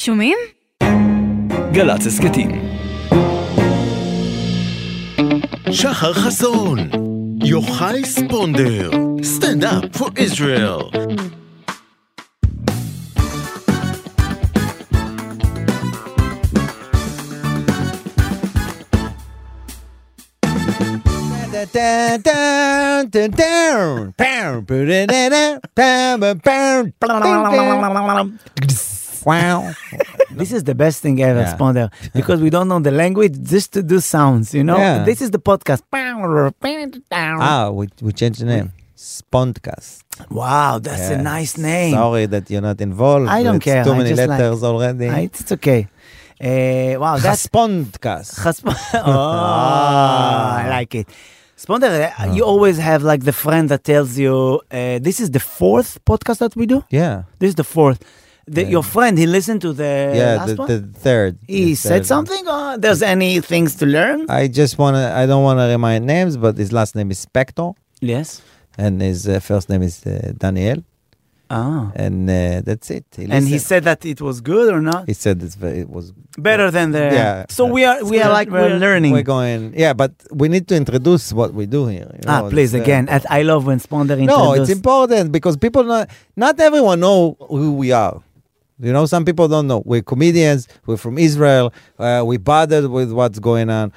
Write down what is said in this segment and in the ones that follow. שומעים? גל"צ הסכתים. שחר חסון, יוחאי ספונדר, סטנדאפ פור ישראל. Wow. This is the best thing ever, Yeah. Sponder, because we don't know the language, just to do sounds, you know? Yeah. This is the podcast. Ah, we, we changed the name. Spondcast. Wow, that's a nice name. Sorry that you're not involved. I don't It's care. Too I many just like- letters already. I- It's okay. Uh, wow, that's Spondcast. Chas- oh, I like it. Sponder, uh, you always have like the friend that tells you, uh, this is the fourth podcast that we do? Yeah. This is the fourth. The, Your friend, he listened to the yeah, last the, one? the third. he The said third. something? Or there's any things to learn? I just want to, I don't want to remind names, but his last name is Spector, yes. and his uh, first name is uh, Daniel, Ah. and uh, that's it. He And he listened. said that it was good or not? he said it's, ve- it was Better than the. Yeah. So we are we are like we're learning. We're going, yeah, but we need to introduce what we do here. you ah, know, please it's, uh, again. At I love when Sponder No, it's introduced- important because people not not everyone know who we are. You know, some people don't know. We're comedians. We're from Israel. Uh, we bothered with what's going on,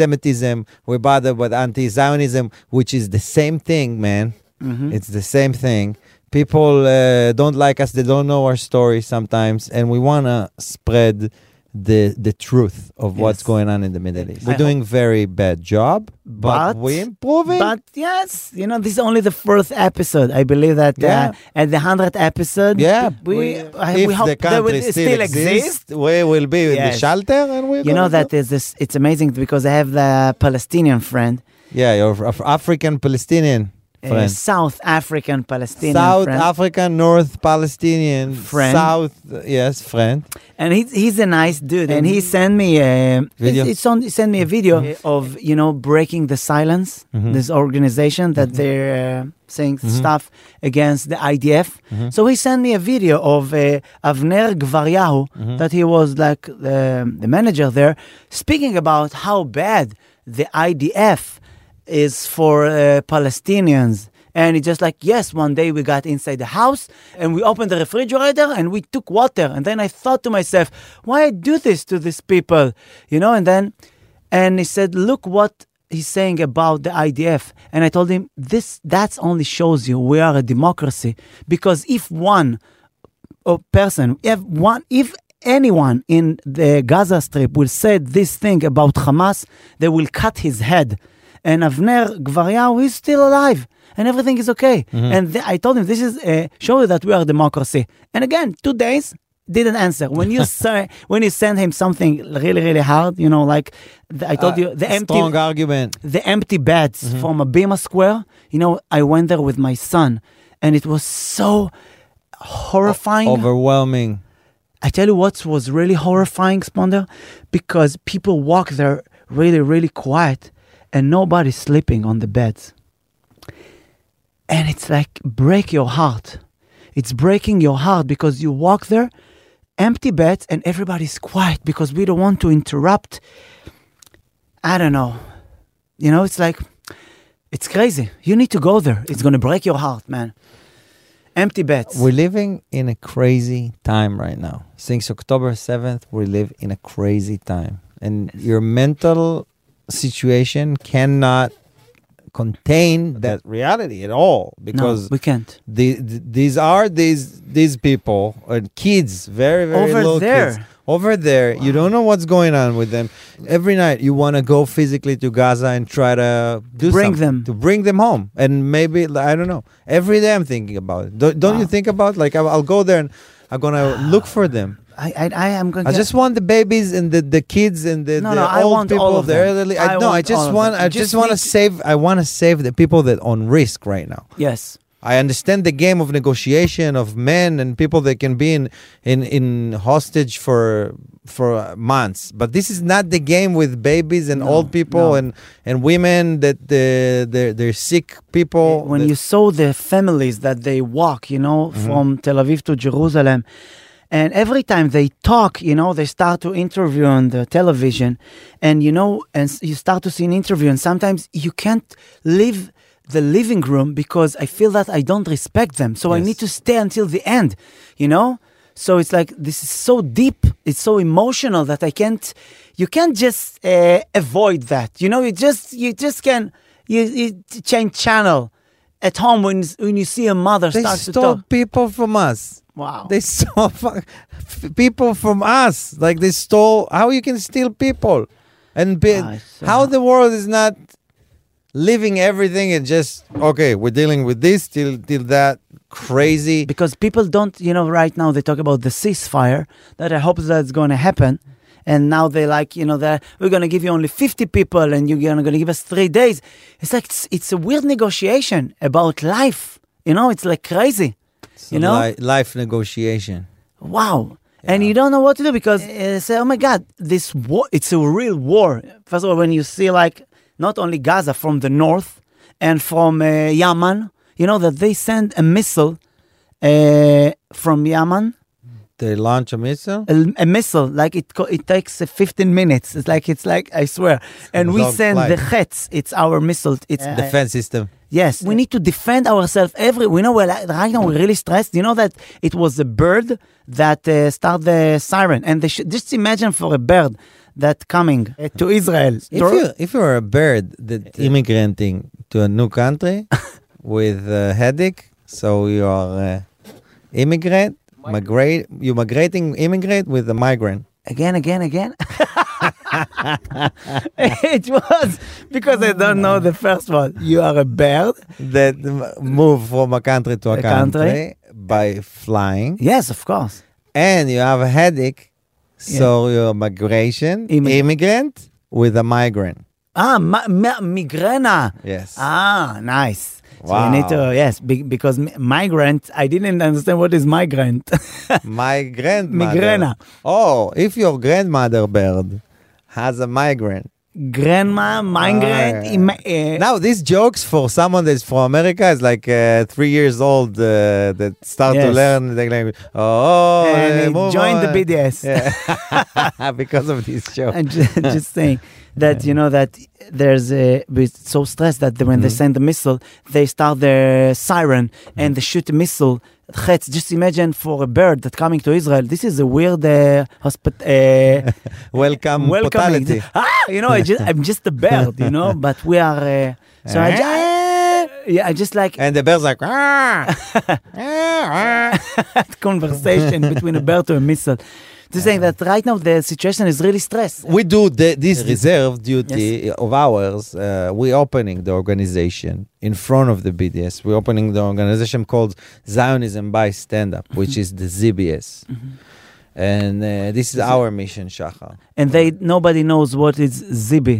anti-Semitism. We're bothered with anti-Zionism, which is the same thing, man. Mm-hmm. It's the same thing. People uh, don't like us. They don't know our story sometimes, and we wanna spread the the truth of what's Yes. going on in the Middle East. I We're doing very bad job, but, But- we're improving. But yes, you know, this is only the first episode. I believe that Yeah. uh, at the hundredth episode, Yeah, we, if I- we hope the that country will still exist. we will be in Yes. the shelter, and we. You know that is this, it's amazing because I have the Palestinian friend, Yeah, you're Af- African Palestinian a friend, South African Palestinian South friend, African, North Palestinian Friend. South yes, friend. and he's he's a nice dude. And he sent me a Video. He, he sent, he sent me a video of you know breaking the silence. This organization that they're uh, saying stuff against the IDF. So he sent me a video of uh, Avner Gvaryahu that he was like um the manager there speaking about how bad the IDF is for uh, Palestinians. And it's just like, yes, one day we got inside the house and we opened the refrigerator and we took water. And then I thought to myself, why I do this to these people? You know, and then, and he said, look what he's saying about the IDF. And I told him, this, that's only shows you we are a democracy. Because if one a person, if one, if anyone in the Gaza Strip will say this thing about Hamas, they will cut his head. And Avner Gvaryahu is still alive, and everything is okay. And th- I told him this is uh, show you that we are a democracy. And again, two days didn't answer. When you say when you send him something really really hard, you know, like the, I told you, the empty Uh, strong argument. the empty beds from a Bima Square. You know, I went there with my son, and it was so horrifying. Overwhelming. I tell you what was really horrifying, Sponder, because people walk there really, really quiet, and nobody's sleeping on the beds. And it's like break your heart. It's breaking your heart because you walk there, empty beds, and everybody's quiet because we don't want to interrupt. I don't know. You know, it's like it's crazy. You need to go there. It's gonna break your heart, man. Empty beds. We're living in a crazy time right now. Since October 7th, we live in a crazy time. And your mental situation cannot contain that reality at all no, because we can't. the, th- these are these these people and kids, very very Over little there. kids over there. You don't know what's going on with them. Every night you want to go physically to Gaza and try to do Bring something, them. to bring them home, and maybe like, I don't know. Every day I'm thinking about it. Don't, don't you Wow. think about like I'll, I'll go there and I'm gonna look for them. I, I, I am going. I just want the babies and the, the kids and the, No, the no, I old want people, all of the them. elderly. I, no, I I want all just of want them. I You just just want to need to- save. I want to save the people that on risk right now. yes. I understand the game of negotiation of men and people that can be in in in hostage for for months, but this is not the game with babies and old people no. and and women that uh, they're they're sick people. when that- you saw the families that they walk, you know, from Tel Aviv to Jerusalem, And every time they talk, you know, they start to interview on the television, and you know, and s- you start to see an interview, and sometimes you can't leave the living room because I feel that I don't respect them. So I Yes. need to stay until the end, you know? So it's like this is so deep, it's so emotional that I can't you can't just uh, avoid that. You know, you just you just can you, you change channel at home when when you see a mother They start to stole talk. people from us. Wow. They stole fuck- people from us. Like they stole. How you can steal people? And be, Ah, it's, uh, how the world is not living everything and just okay. We're dealing with this till till that crazy. because people don't, you know, right now they talk about the ceasefire that I hope that's going to happen. And now they like, you know, that we're going to give you only 50 people and you're going to give us three days. It's like, it's, it's a weird negotiation about life. You know, it's like crazy. you know? li- life negotiation. Wow. And you don't know what to do because Eh, uh, say, oh my God, this war, it's a real war. First of all, when you see like not only Gaza from the north and from uh, Yemen, you know that they send a missile uh, from Yemen They launch a missile. a, a missile like it co- it takes uh, 15 minutes it's like it's like i swear and we long send flight. the jets it's our missile it's Defense system. yes we need to defend ourselves every we know we're like, right now we're really stressed you know that it was the bird that uh, started the siren and they should just imagine for a bird that coming uh, to israel If you if you're a bird that immigrating to a new country with a headache, so you are uh, immigrant, migrate, you migrating immigrate with a migraine. again again again it was because i don't know the first one you are a bird That m- move from a country to a, A country. country, by flying, yes of course and you have a headache, so you're migration Immi- immigrant with a migraine. ah ma- ma- migrana Yes. Ah, nice. So Wow. you need to yes, be, because mi- migrant. I didn't understand what is migrant. My grandmother. Migrena. Oh, if your grandmother bird has a migraine. Grandma, migrant. Ah. im- eh, Now these jokes for someone that's from America is like uh, three years old uh, that start to Yes. learn the language. Oh, eh, and uh, he move joined the on. BDS. Yeah. because of this joke. And just, just saying that you know that there's a we're so stressed that when they Mm-hmm. send the missile, they start their siren and they shoot a missile. Chets, just imagine for a bird that coming to Israel. This is a weird uh, hospit- uh, Welcome, welcoming. totality. Ah, you know, I just, I'm just a bird, you know, but we are. Uh, so I, ju- Eh? I- yeah, I just like And the bird's like, "Ah, ah, ah." that conversation between a bird to a missile. To saying that right now the situation is really stressed. we do the, this reserve duty of ours. Uh, we're opening the organization in front of the BDS. We're opening the organization called Zionism by Stand Mm-hmm. Up, which is the ZBS. And uh, this is our mission, Shachar. And they nobody knows what is Zibi.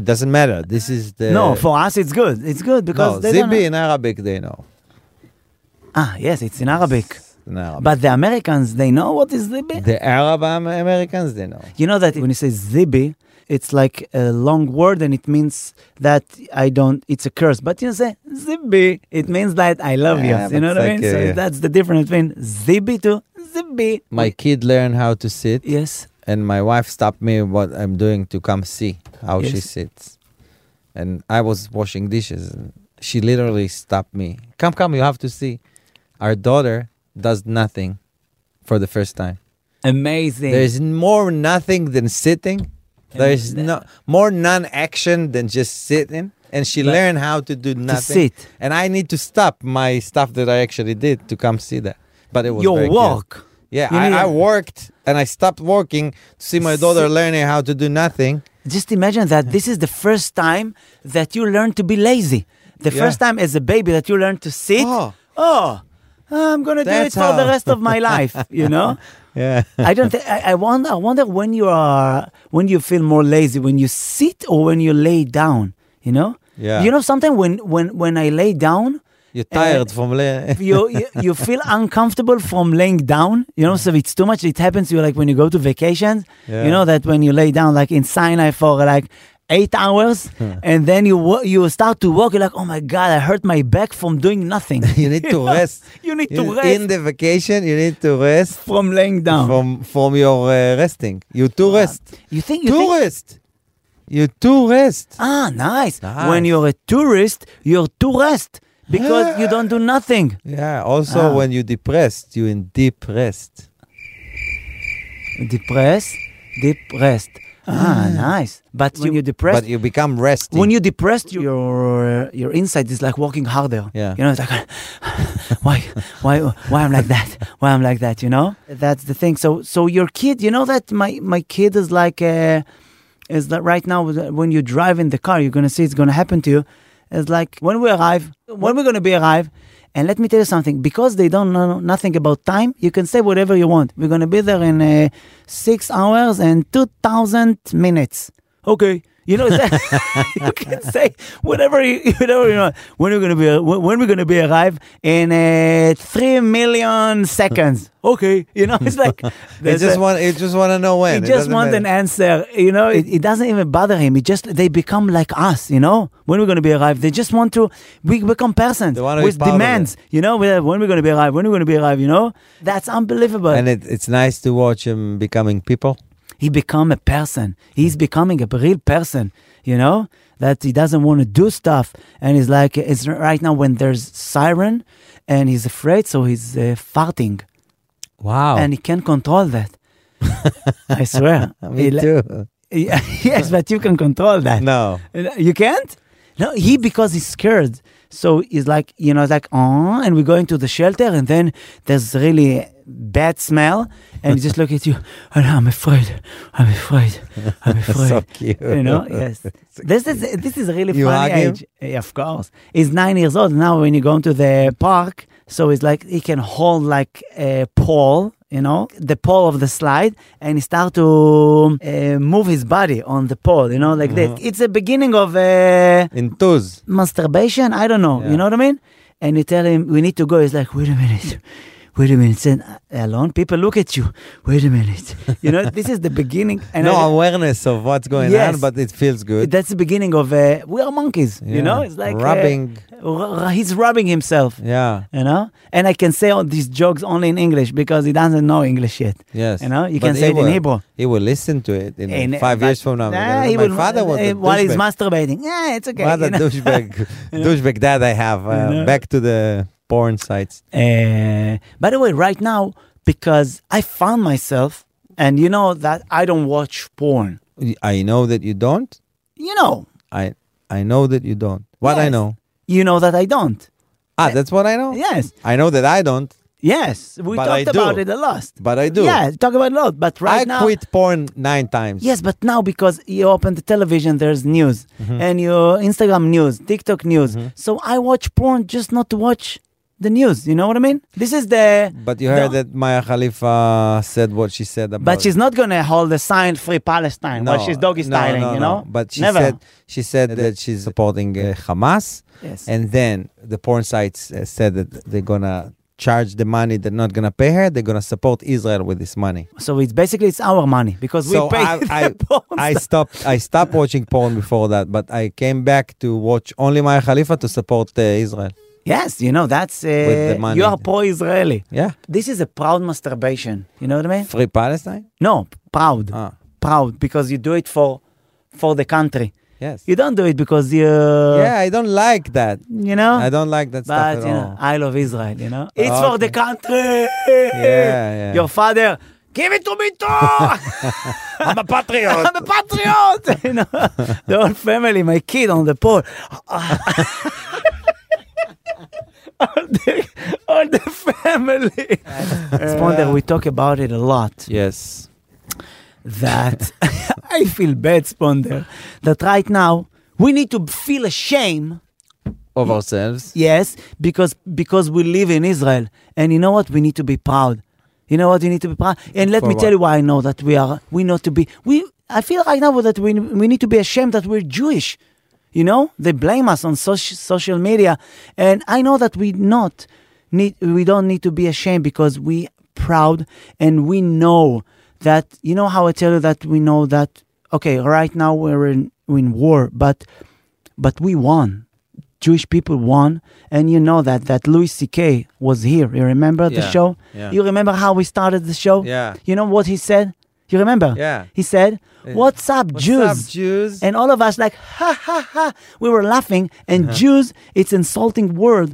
It doesn't matter. This is the no, for us it's good. It's good because no they don't Zibi know- in Arabic. They know Ah, yes, it's in Arabic. in Arabic. But the Americans, they know what is Zibi? the Arab Am- Americans, they know. You know that when you say zibi, it's like a long word and it means that I don't, it's a curse. But you say zibi, it means that I love Yeah, you. You know but what I it's mean? like, so uh, that's the difference between zibi to zibi. My kid learned how to sit, Yes. and my wife stopped me what I'm doing to come see how she Yes. sits. And I was washing dishes, and she literally stopped me. Come, come, you have to see. Our daughter does nothing for the first time. Amazing. There's more nothing than sitting. There's no more non-action than just sitting. And she But- learned how to do nothing. sit. And I need to stop my stuff that I actually did to come see that. But it was very Your cute. work. Yeah, You need- I, I worked and I stopped working to see my daughter Sit. learning how to do nothing. Just imagine that this is the first time that you learn to be lazy. The Yeah. first time as a baby that you learn to sit. Oh. oh, I'm going to do it That's for the how. rest of my life, you know? Yeah. I don't. Th- I, I wonder. I wonder when you are when you feel more lazy when you sit or when you lay down. You know. Yeah. You know. Sometimes when when when I lay down, You're tired from le- you you, you feel uncomfortable from laying down. You know. So it's too much. It happens. to You like when you go to vacations. Yeah. You know that when you lay down, like in Sinai for like eight hours, and then you wa- you start to walk. You're like, oh my god, I hurt my back from doing nothing. You need to rest. you need to You- rest In the vacation, you need to rest from laying down. from from your uh, resting. You to rest. you think you To think, rest. You to rest. ah nice. Nice. When you're a tourist, you're to rest because you don't do nothing. Yeah. Also, Ah. when you depressed, you in deep rest. Depressed, deep rest. Ah, nice. But when you're depressed, But you become resting. when you're depressed, your your inside is like walking harder. Yeah. you know, it's like why, why, why I'm like that? Why I'm like that? You know, that's the thing. So, so your kid, you know that my my kid is like uh, is that right now when you drive in the car, you're gonna see it's gonna happen to you. It's like when we arrive, when we're gonna be arrive. And let me tell you something. Because they don't know nothing about time, you can say whatever you want. We're gonna be there in uh, six hours and two thousand minutes. Okay, you know that you can say whatever you whatever you want. When we're gonna be when when we're gonna be arrive in uh, three million seconds. Okay, you know it's like you that's just it. want. You just want to know He when. It just doesn't wants an matter. answer. You know, it, it doesn't even bother him. It just they become like us. You know, when we're gonna be arrived, they just want to. We become persons They wanna be with part of it. demands. You know, we have, when we're gonna be arrived, when we're gonna be arrived. You know, that's unbelievable. And it, it's nice to watch him becoming people. he become a person. He's becoming a real person. You know that he doesn't want to do stuff, and he's like it's right now when there's siren, and he's afraid, so he's uh, farting, Wow. and he can't control that. I swear. me He li- too. Yeah, yes, but you can control that. No. Uh, You can't? No, he because he's scared. So he's like, you know, like, oh, and we go into the shelter, and then there's really bad smell, and he just look at you, and I'm afraid, I'm afraid, I'm afraid. So cute. You know, yes. This is this is really You funny hug him? age. Yeah, of course, he's nine years old now. When you go into the park, so it's like he can hold like a pole, you know, the pole of the slide, and he start to uh, move his body on the pole, you know, like Uh-huh. that. It's a beginning of uh, In twos. masturbation. I don't know. Yeah. You know what I mean? And you tell him we need to go. He's like, wait a minute. Wait a minute, Then, uh, alone. People look at you. Wait a minute. You know, this is the beginning. And no I- awareness of what's going Yes. on, but it feels good. that's the beginning of uh, we are monkeys Yeah. you know it's like uh, rubbing. r- r- he's rubbing himself yeah. you know and i can say all these jokes only in english because he doesn't know english yet Yes. you know you But can he say it will- in hebrew He will listen to it in In- five but- years from now. uh, Nah, My he will- father was a uh, while he's douchebag. masturbating yeah it's okay What a you know? douchebag, douchebag dad I have. Uh, know? Back to the porn sites. Uh, by the way, right now, because I found myself, and you know that I don't watch porn. I know that you don't. You know, I I know that you don't. What I Yes. know? you know that I don't. Ah, that's what I know. Yes, I know that I don't, yes, we But I talked do. about it a lot. but I do. Yeah, talk about it a lot. But right I now, quit porn nine times. Yes, but now because you open the television, there's news, Mm-hmm. and your Instagram news, TikTok news. So I watch porn just not to watch the news. You know what I mean? This is the. But you heard that Maya Khalifa said what she said about. But she's not gonna hold the sign "Free Palestine" No, while she's doggy no, styling. no, you no. know? But she Never. said she said that she's supporting uh, Hamas, Yes. and then the porn sites uh, said that they're gonna charge the money. They're not gonna pay her. They're gonna support Israel with this money. So it's basically it's our money because we so pay I, the I, porn I star. stopped I stopped watching porn before that, but I came back to watch only Maya Khalifa to support uh, Israel. Yes, you know that's uh, With the money. you are pro-Israeli. Yeah, This is a proud masturbation. You know what I mean? free Palestine. No, proud, Ah. proud because you do it for for the country. Yes. You don't do it because you yeah, I don't like that. you know. I don't like that but stuff at you know, all. I love Israel. You know, it's for Okay. the country. yeah. Your father, give it to me too. I'm a patriot. I'm a patriot. you know, the whole family, my kid on the pole. all, the, all the family. Sponder, we talk about it a lot. yes. That I feel bad, Sponder, that right now we need to feel ashamed Of ourselves. Yes, because because we live in Israel, and you know what? We need to be proud. You know what? You need to be proud. And let For me what? tell you why I know that we are. We not to be. We. I feel right now that we we need to be ashamed that we're Jewish. You know, they blame us on social social media, and I know that we not need. We don't need to be ashamed because we proud and we know that. You know how I tell you that we know that okay, right now we're in, we're in war, but but we won. Jewish people won, and you know that that Louis C.K. was here. You remember the Yeah, show? yeah. You remember how we started the show? Yeah. You know what he said? You remember? Yeah. He said, Yeah. "What's up, What's Jews?" up, Jews? And all of us like, ha ha ha. We were laughing. And Uh-huh. Jews, it's insulting word.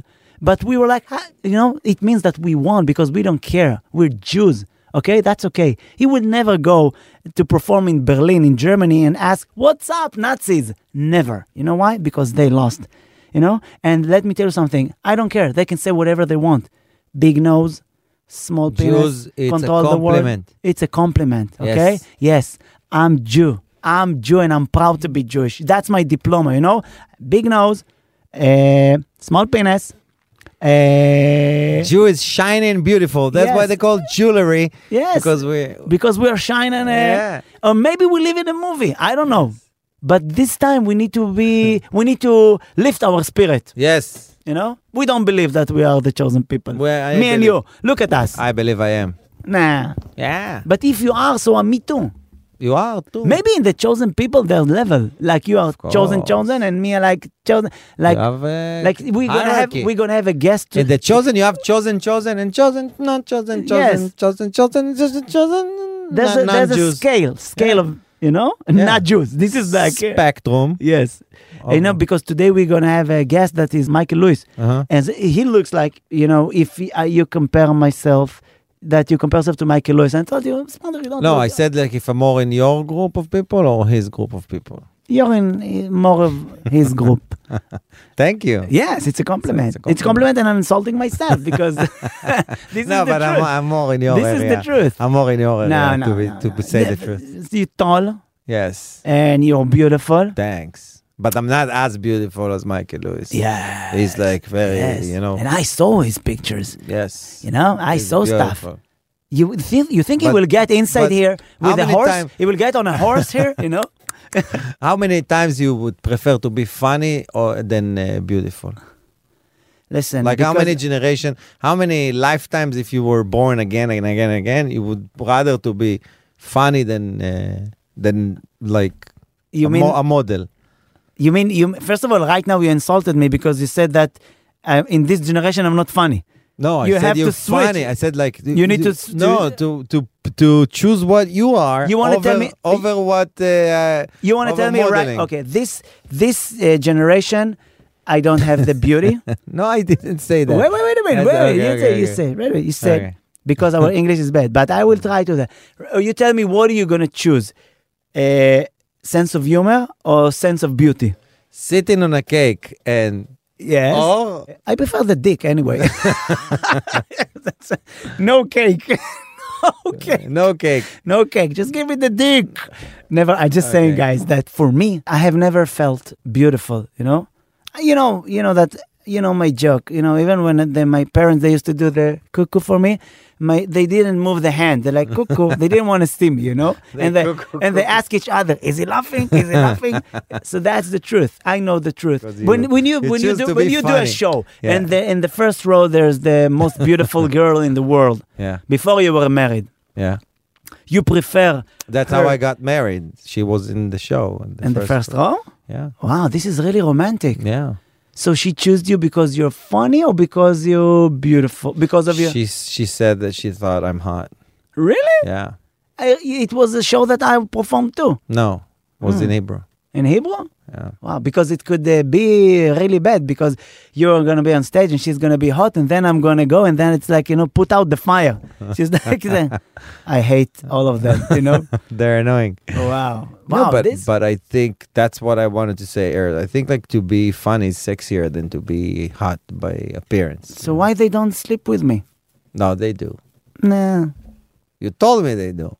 But we were like, ha, you know, it means that we won because we don't care. We're Jews. Okay, that's okay. He would never go to perform in Berlin, in Germany, and ask, What's up, Nazis? Never. You know why? Because they lost. You know? And let me tell you something. I don't care. They can say whatever they want. Big nose, small penis, Jews, it's a control the world. compliment. It's a compliment. Yes. Okay? Yes, I'm Jew. I'm Jew and I'm proud to be Jewish. That's my diploma, you know? Big nose, uh, small penis. Uh, Jew is shiny and beautiful. That's why Yes. they call jewelry. Yes. Because we. because we are shining. Uh, Yeah. Or maybe we live in a movie. I don't know. But this time we need to be, we need to lift our spirit, Yes. you know? We don't believe that we are the chosen people. Well, I Me and believe- you, look at us. I believe I am. nah. Yeah. But if you are, so am me too. You are too. Maybe in the chosen people, their level, like you are course. chosen, chosen, and me are like chosen, You like have a like we're gonna have hierarchy. we're gonna have a guest. To, In the chosen, you have chosen, chosen, and chosen, not chosen, chosen, Yes. chosen, chosen, chosen, chosen. there's a, non- there's a non-Jews. scale, scale Yeah. of you know, Yeah. Oh not Jews. This is like uh, spectrum. yes, you of- know, because today we're gonna have a guest that is Michael Lewis, Uh-huh. and he looks like you know if he- uh, you compare myself. That you compare yourself to Michael Lewis, and I told you, Smander, you don't No, look- I said like if I'm more in your group of people or his group of people. you're in uh, more of his group. Thank you. Yes, it's a compliment. It's a compliment, and I'm insulting myself because this is no, the but truth. I'm, I'm more in your This is area. the truth. I'm more in your no, area no, to, be, no, to no. be- say the Yeah, truth. You're tall Yes. and you're beautiful. Thanks. But I'm not as beautiful as Michael Lewis. Yeah. He's like very, Yes. you know. And I saw his pictures. yes. You know, I He's saw stuff. beautiful. You would think you think he But- will get inside but here how with a many horse? time- He will get on a horse here, you know? How many times you would prefer to be funny or than uh, beautiful? Listen. Like how because- many generation, how many lifetimes if you were born again and again and again, you would rather to be funny than uh, than like You a, mean mo- a model? you mean you first of all right now you insulted me because you said that uh, in this generation I'm not funny. No, You I said have to you're switch. funny. I said like You need to s- no to to to choose what you are. You wanna over- tell me- over what uh, You want to over tell me modeling. right okay, this this uh, generation I don't have the beauty. No, I didn't say that. Wait, wait, wait a minute. That's- Wait, okay, you okay, say, you okay. say, wait, wait, you say, Okay. because our English is bad, but I will try to that. Uh, You tell me what are you gonna choose, a sense of humor or sense of beauty? Sitting on a cake and Yes, oh, I prefer the dick anyway. That's- no cake, no cake, no cake. no cake. Just give me the dick. Never. I just saying, Okay. guys, that for me, I have never felt beautiful. You know, you know, you know that you know my joke. You know, even when they, my parents they used to do the cuckoo for me, my they didn't move the hand. They're like cuckoo. they didn't want to see me. You know, and they cuckoo, and they ask each other, is he laughing? Is he laughing? so that's the truth. I know the truth. 'Cause you- When when you you when you choose do to when be you do a funny. show Yeah. and the, in the first row there's the most beautiful girl in the world Yeah, before you were married. yeah. You prefer That's Her- how I got married. She was in the show. In the, in the first row? Yeah. Wow, this is really romantic. Yeah. So she chose you because you're funny or because you're beautiful? Because of your She she said that she thought I'm hot. really? Yeah. I, it was a show that I performed too No, it Hmm. was in Hebrew. in Hebrew. Yeah. Wow, because it could uh, be really bad because you're gonna be on stage and she's gonna be hot, and then I'm gonna go, and then it's like you know, put out the fire. She's like, I hate all of them, you know. They're annoying. wow, wow, No, but this, but I think that's what I wanted to say earlier. I think like to be funny is sexier than to be hot by appearance. so why they don't sleep with me? No, they do. Nah, You told me they do.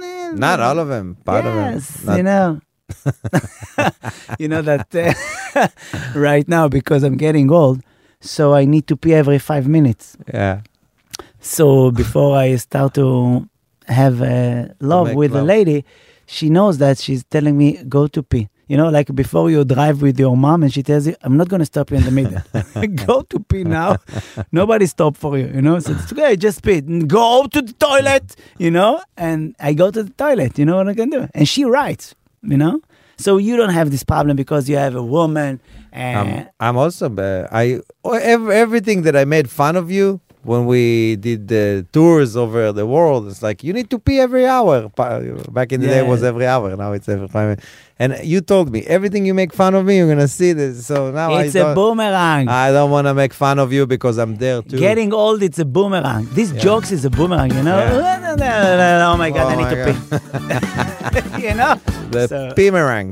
nah. Not all of them. Part yes, of them. Not- you know. you know that uh, right now because I'm getting old, so I need to pee every five minutes. yeah. So before I start to have uh, love make with a love. lady, she knows that she's telling me go to pee. You know, like before you drive with your mom and she tells you, I'm not going to stop you in the middle. go to pee now. Nobody stop for you, you know. So it's okay, just pee. Go to the toilet, you know. And I go to the toilet, you know what I can do. And she writes. you know? So you don't have this problem because you have a woman eh, and I'm, I'm also uh, I oh, ev- everything that I made fun of you when we did the tours over the world. It's like you need to pee every hour. Pa- Back in the day, it was Yeah. every hour. Now it's every five minutes. And you told me everything you make fun of me, you're gonna see this. So now it's I a don't, boomerang. I don't want to make fun of you because I'm there too. Getting old, it's a boomerang. These jokes is a boomerang, you know? Oh my God, Oh I my need to pee. you know? the So- boomerang.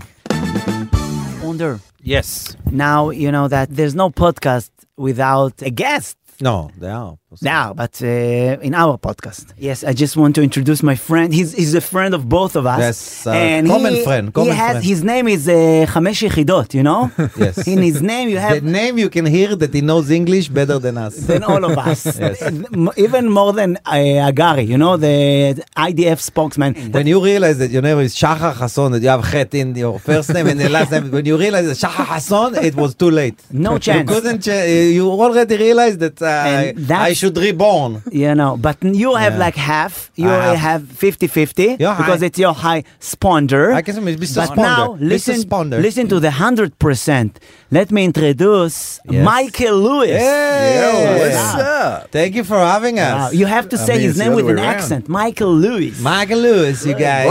Wonder. Yes. Now, you know that there's no podcast without a guest. No, they are. Now, but uh, in our podcast. Yes, I just want to introduce my friend. He's, he's a friend of both of us. Yes, uh, common friend, common he has, friend. His name is uh, Chamesh Yechidot, you know? Yes. In his name, you The have name you can hear that he knows English better than us. than all of us. M- Even more than uh, Agari, you know, the IDF spokesman. when you realize that your name is Shahar Hassan, that you have Chet in your first name and the last name, when you realize that Shahar Hassan, it was too late. No chance. You couldn't. Cha- you already realized that uh, I, And that's- I should reborn. You know, but you have Yeah. like half, you I have- have 50 50 Your because high- it's your high sponder. I guess it's Mr. But Sponder. now Mr. listen, Sponder. listen to the 100%. Let me introduce Yes. Michael Lewis. Hey, Yeah. what's up? Thank you for having us. Wow, Uh, You have to I say mean, it's his the name other with way an around. accent. Michael Lewis. Michael Lewis, you guys.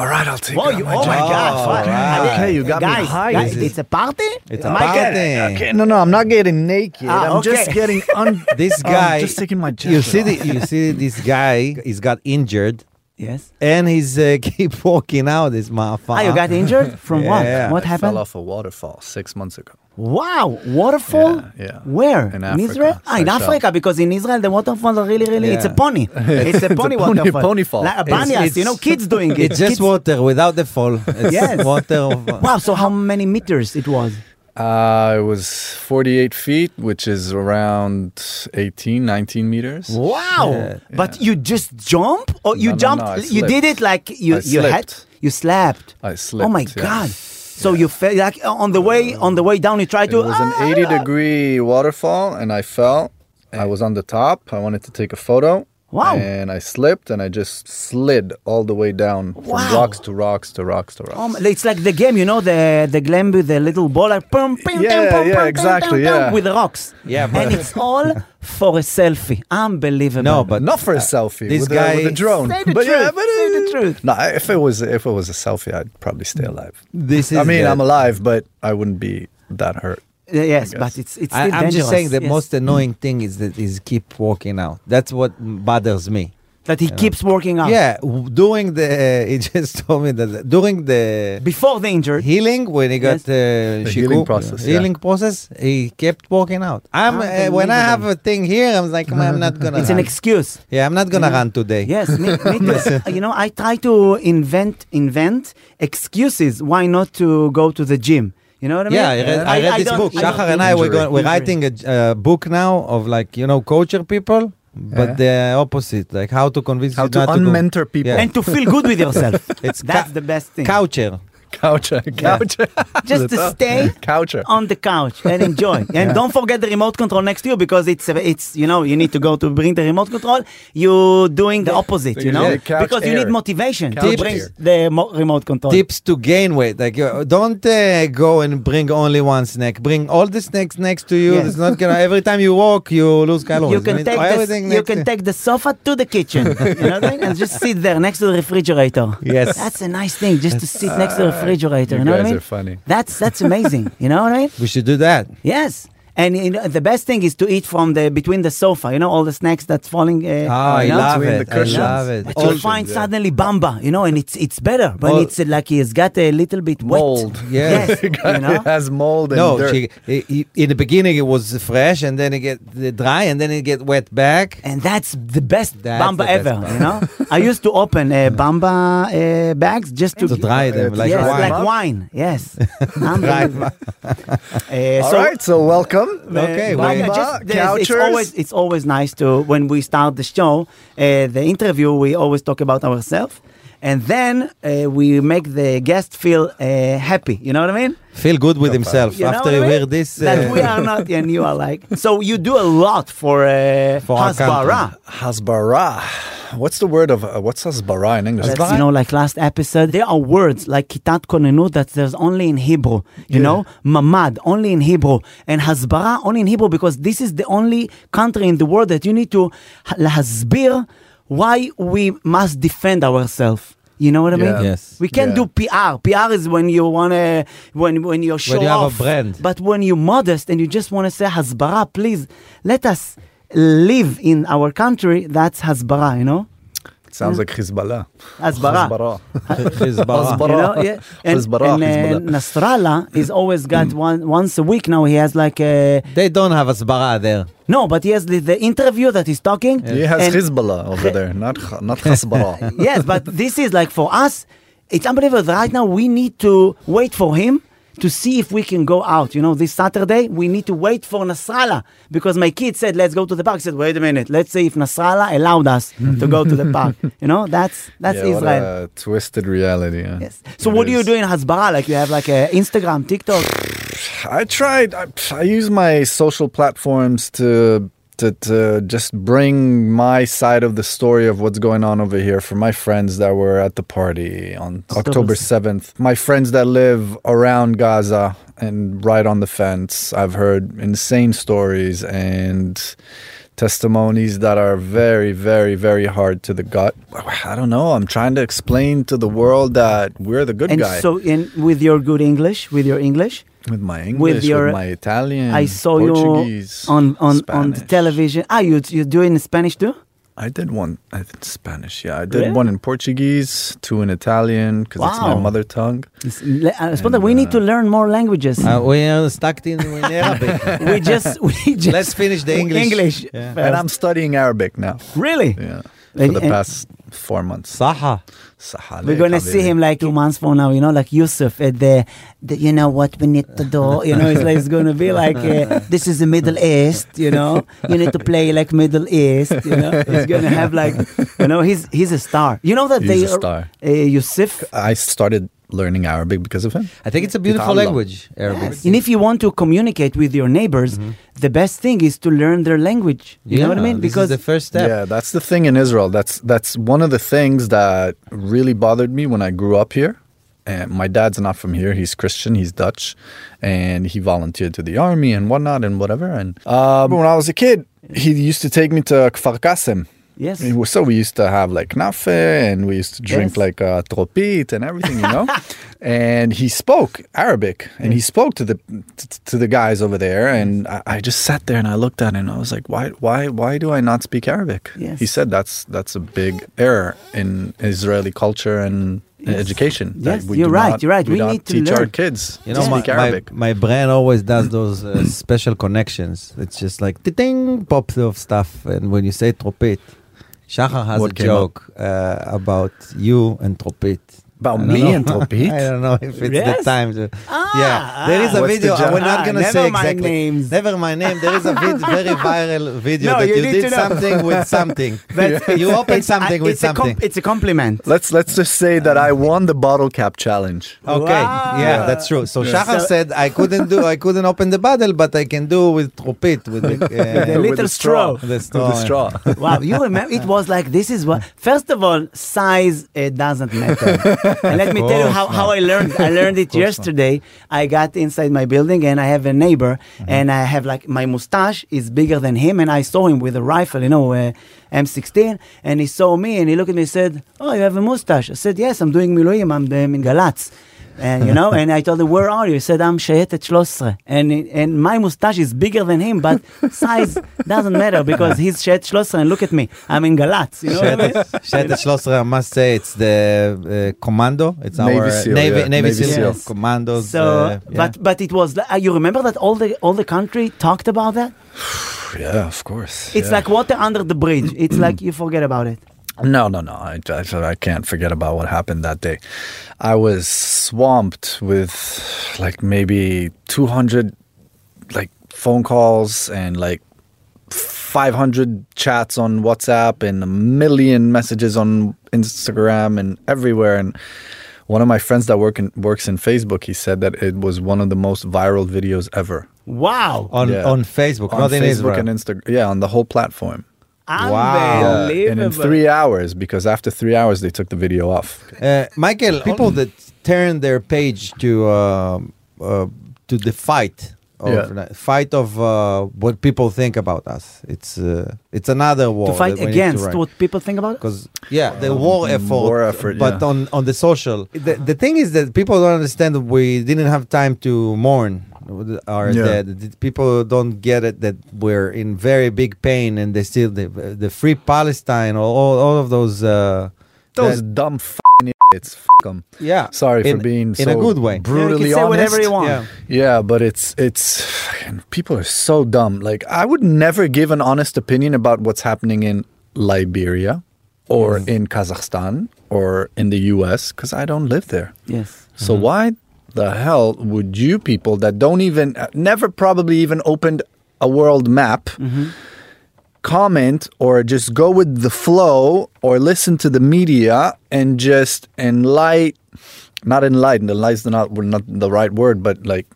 all right, I'll take Whoa, you, oh my job. God. fuck. Alright. Okay, you got me guys, high. guys, This is- it's a party? It's a Michael. party. Okay, no, no, I'm not getting naked. Ah, I'm okay. just getting un. This I'm guy, just taking my jacket. you see, the, you see, this guy, he's got injured, Yes. and he's uh, keep walking out. This motherfucker. Ah, you got injured? From Yeah. what? What I happened? Fell off a waterfall six months ago. Wow, waterfall? Yeah, yeah. Where? In Israel? Africa, Ah, in Seychelles. Africa, because in Israel the waterfall are really, really, it's a Yeah. pony. It's a pony a pony- waterfall. pony fall. Like a It's- banyas, you know, kids doing it. It's just Kids- water without the fall. It's Yes. water. Of, Wow, so how many meters it was? Uh, it was 48 feet, which is around 18, 19 meters. Wow. But you just jump? Or you No, no, jumped, no, I you did slipped. it like you, I you had, slipped. you slept. I slipped. oh my yeah. God. So you fell, like on the way, on the way down, you tried It to. was an ah! 80 degree waterfall, and I fell. Eh. I was on the top. I wanted to take a photo. Wow. And I slipped, and I just slid all the way down from Wow. rocks to rocks to rocks to rocks. Oh, my- it's like the game, you know, the the glam with the little ball, like pum, pum, Yeah, dum, pum, yeah, pum, exactly, dum, dum, yeah. with the rocks. Yeah, and it's all for a selfie. Unbelievable. no, but Not for a selfie. this with guy- a, with a drone. Say the but truth. yeah, but say the truth. No, I- if it was if it was a selfie, I'd probably stay alive. this is. I mean, the- I'm alive, but I wouldn't be that hurt. Uh, Yes, but it's it's I, still I'm just dangerous. saying the yes. most annoying thing is that is keep walking out. That's what bothers me. that he keeps working out. Yeah, w- during the he just told me that during the Before the injury. healing when he got Yes. uh, shiku- healing process, yeah. healing process, he kept walking out. I'm uh, when I have a thing here, I'm like I'm not gonna. it's an run. excuse. yeah, I'm not gonna run today. Yes, me, me too. Uh, you know, I try to invent invent excuses why not to go to the gym. You know what I mean? Yeah, I read, I read this don't- book. I don't Shachar think- and I, we're, Injury. going, we're Injury. writing a uh, book now of like, you know, culture people, but Yeah. the opposite, like how to convince How you to not to go- unmentor people. Yeah. and to feel good with yourself. It's That's ca- the best thing. Culture. Couch, couch, Just to stay Oh, couch. on the couch and enjoy. And don't forget the remote control next to you because it's it's you know you need to go to bring the remote control. You're doing the opposite, you Yeah, know, couch because you need air. motivation to Couch bring air. the mo- remote control. Tips to gain weight. Like, uh, don't uh, go and bring only one snack. Bring all the snacks next to you. Yeah. It's not gonna. Every time you walk, you lose calories. You can Mean, take the, everything you next can to- take the sofa to the kitchen, you know what I mean? and just sit there next to the refrigerator. Yes. that's a nice thing, just to sit next to the refrigerator. You, Uh, you know what I guys mean? are funny. That's that's amazing. you know what I mean? We should do that. Yes. And you know, the best thing is to eat from the between the sofa, you know, all the snacks that's falling. Uh, Ah, I you know? love between it. the I cushions. love it. But All- you find suddenly bamba, you know, and it's it's better, but All- it's uh, like he's got a little bit wet. Mold. Yeah. Yes, you know. it has mold and no, dirt. she, i- i- in the beginning it was fresh, and then it get uh, dry, and then it get wet back. And that's the best That's bamba the best ever, you know. I used to open uh, bamba uh, bags just to, To dry them like yes, wine. like wine. Yes, unbelievable. uh, All right, so, so welcome. Okay, But wait. I just- there's- it's couchers. always it's always nice to when we start the show, uh, the interview. We always talk about ourselves, and then uh, we make the guest feel uh, happy. You know what I mean? Feel good with himself You know after what I you mean? hear this. that uh, we are not and you are like. So you do a lot for uh, For our Hasbara. Hasbara. What's the word of uh, what's hasbara in English? That's, you know, like last episode, there are words like kitat konenu that there's only in Hebrew. You know, mamad only in Hebrew and hasbara only in Hebrew because this is the only country in the world that you need to ha- lahasbir why we must defend ourselves. You know what I mean? Yeah. Yes. We can't Yeah. do PR. PR is when you wanna when when you're show you have a off. brand. But when you're modest and you just wanna say hasbara, please let us live in our country. That's hasbara. You know, It sounds like Hezbollah. hasbara. Hezbollah. You know, yeah. And, Hezbollah, and, uh, Hezbollah. Hmm. Nasrallah is always got one once a week now. He has like a They don't have asbara there. no, but he has the, the interview that he's talking. He has and- Hezbollah over there, not Ha- not Hasbara. yes, but this is like for us, it's unbelievable. Right now, we need to wait for him to see if we can go out. You know, this Saturday, we need to wait for Nasrallah because my kid said, let's go to the park. I said, wait a minute, let's see if Nasrallah allowed us to go to the park. You know, that's that's Yeah, what Israel. a twisted reality. Yeah. Yes. So It what do you is. do in Hasbara? Like you have like a Instagram, TikTok. I tried. I, I use my social platforms to, to to just bring my side of the story of what's going on over here for my friends that were at the party on October October seventh. My friends that live around Gaza and right on the fence. I've heard insane stories and testimonies that are very, very, very hard to the gut. I don't know. I'm trying to explain to the world that we're the good and guy so in with your good English, with your English, with my English, With with, your- my Italian, I saw Portuguese, you on on on the Spanish. television. Ah, you you doing Spanish too? I did one. I did Spanish. Yeah, I did Really? one in Portuguese, two in Italian because it's my Wow. mother tongue. It's- le- uh, Sponda, we need to learn more languages. Uh, we are stuck in, in Arabic. we just we just Let's finish the English. English. Yeah. first. And I'm studying Arabic now. really. Yeah, for And- the and- past four months. Saha. Sahale, We're gonna see habibi. him like two months from now, you know, like Yusuf at the, the you know what we need to do, you know, it's like it's gonna be like uh, this is the Middle East, you know, you need to play like Middle East, you know, he's gonna have like, you know, he's he's a star, you know that He's they a are- star. Uh, Yusuf, I started learning Arabic because of him. I think it's a beautiful Allah. language, Arabic. Mm-hmm. and if you want to communicate with your neighbors, the best thing is to learn their language. You know what I Yeah, mean? this is Because the first step. Yeah, that's the thing in Israel. That's that's one of the things that really bothered me when I grew up here. And my dad's not from here. He's Christian. He's Dutch, and he volunteered to the army and whatnot and whatever. And uh, when I was a kid, he used to take me to Kfar Kasem. yes, It was- So we used to have like nafe and we used to drink Yes. like uh, tropit and everything, you know. and he spoke Arabic and he spoke to the to, to the guys over there. And I, I just sat there and I looked at him and I was like, why why why do I not speak Arabic? Yes. He said that's that's a big error in Israeli culture and education. Yes, you're right, you're right. We, We don't need to teach our learn. kids You know, to my, speak my, Arabic. my brain always does those uh, special connections. It's just like ding pops of stuff. And when you say tropit, Shachar has What a came up? joke uh, about you and tropit. About I don't me know. and tropit? I don't know if it's Yes. the time. To, Ah, yeah, there is a What's the video. joke? We're not Ah, gonna never say mind exactly. names. Never my name. There is a vid- very viral video No, that you you, need did to know. something with something. But You it's- open it's- I- something with it's a com- something. it's a compliment. Let's let's just say that I Um, won the bottle cap challenge. Okay, Wow. yeah, that's true. So Yeah. Shachar So- said I couldn't do, I couldn't open the bottle, but I can do with tropit with the, The uh, With little the straw. straw. the straw. The straw. Wow, you remember? It was like this is what. First of all, size it doesn't matter. and let me tell you how, course how I learned. I learned it yesterday. I got inside my building and I have a neighbor and I have like my mustache is bigger than him and I saw him with a rifle, you know, uh, M16, and he saw me and he looked at me and said, "Oh, you have a mustache." I said, "Yes, I'm doing Miluim. I'm um, in Galatz." And you know, and I told him, "Where are you?" He said, "I'm Shayetet 13." And and my mustache is bigger than him, but size doesn't matter because he's Shayet 13. And look at me, I'm in Galatz. You know what I mean? Shetta Shlosra, I must say, it's the uh, commando. It's Navy our Seal, Navy, yeah. Navy Navy Seal Seal. of commandos. So, uh, yeah. but but it was. Uh, you remember that all the all the country talked about that. Yeah, of course. It's Yeah. like water under the bridge. It's like you forget about it. No, no, no. I, I, I can't forget about what happened that day. I was swamped with like maybe 200 like phone calls and like 500 chats on WhatsApp and a million messages on Instagram and everywhere. And One of my friends that work in, works in Facebook, he said that it was one of the most viral videos ever. Wow. on Yeah. on Facebook, on not Facebook in Israel. and Instagram. Yeah, on the whole platform. Wow. Unbelievable. And in three hours, because after three hours they took the video off. uh, Michael, people that turn their page to um uh, to the fight, of, Yeah. fight of uh, what people think about us. It's uh, it's another war to fight against what people think about it? because yeah, the war effort, war effort, but yeah. on on the social. The, the thing is that people don't understand. that We didn't have time to mourn our Yeah. dead. The People don't get it that we're in very big pain, and they still the the free Palestine, all all, all of those. Uh, Those that- dumb fucking idiots. F- 'em. yeah. Sorry In- for being in so a good way. Yeah, Brutally you can say honest. whatever you want. Yeah. Yeah, but it's it's fucking- people are so dumb. Like I would never give an honest opinion about what's happening in Liberia or Mm. in Kazakhstan or in the US cuz I don't live there. Yes. So why the hell would you people that don't even uh, never probably even opened a world map comment or just go with the flow or listen to the media and just enlighten not enlighten enlighten's not not the right word but like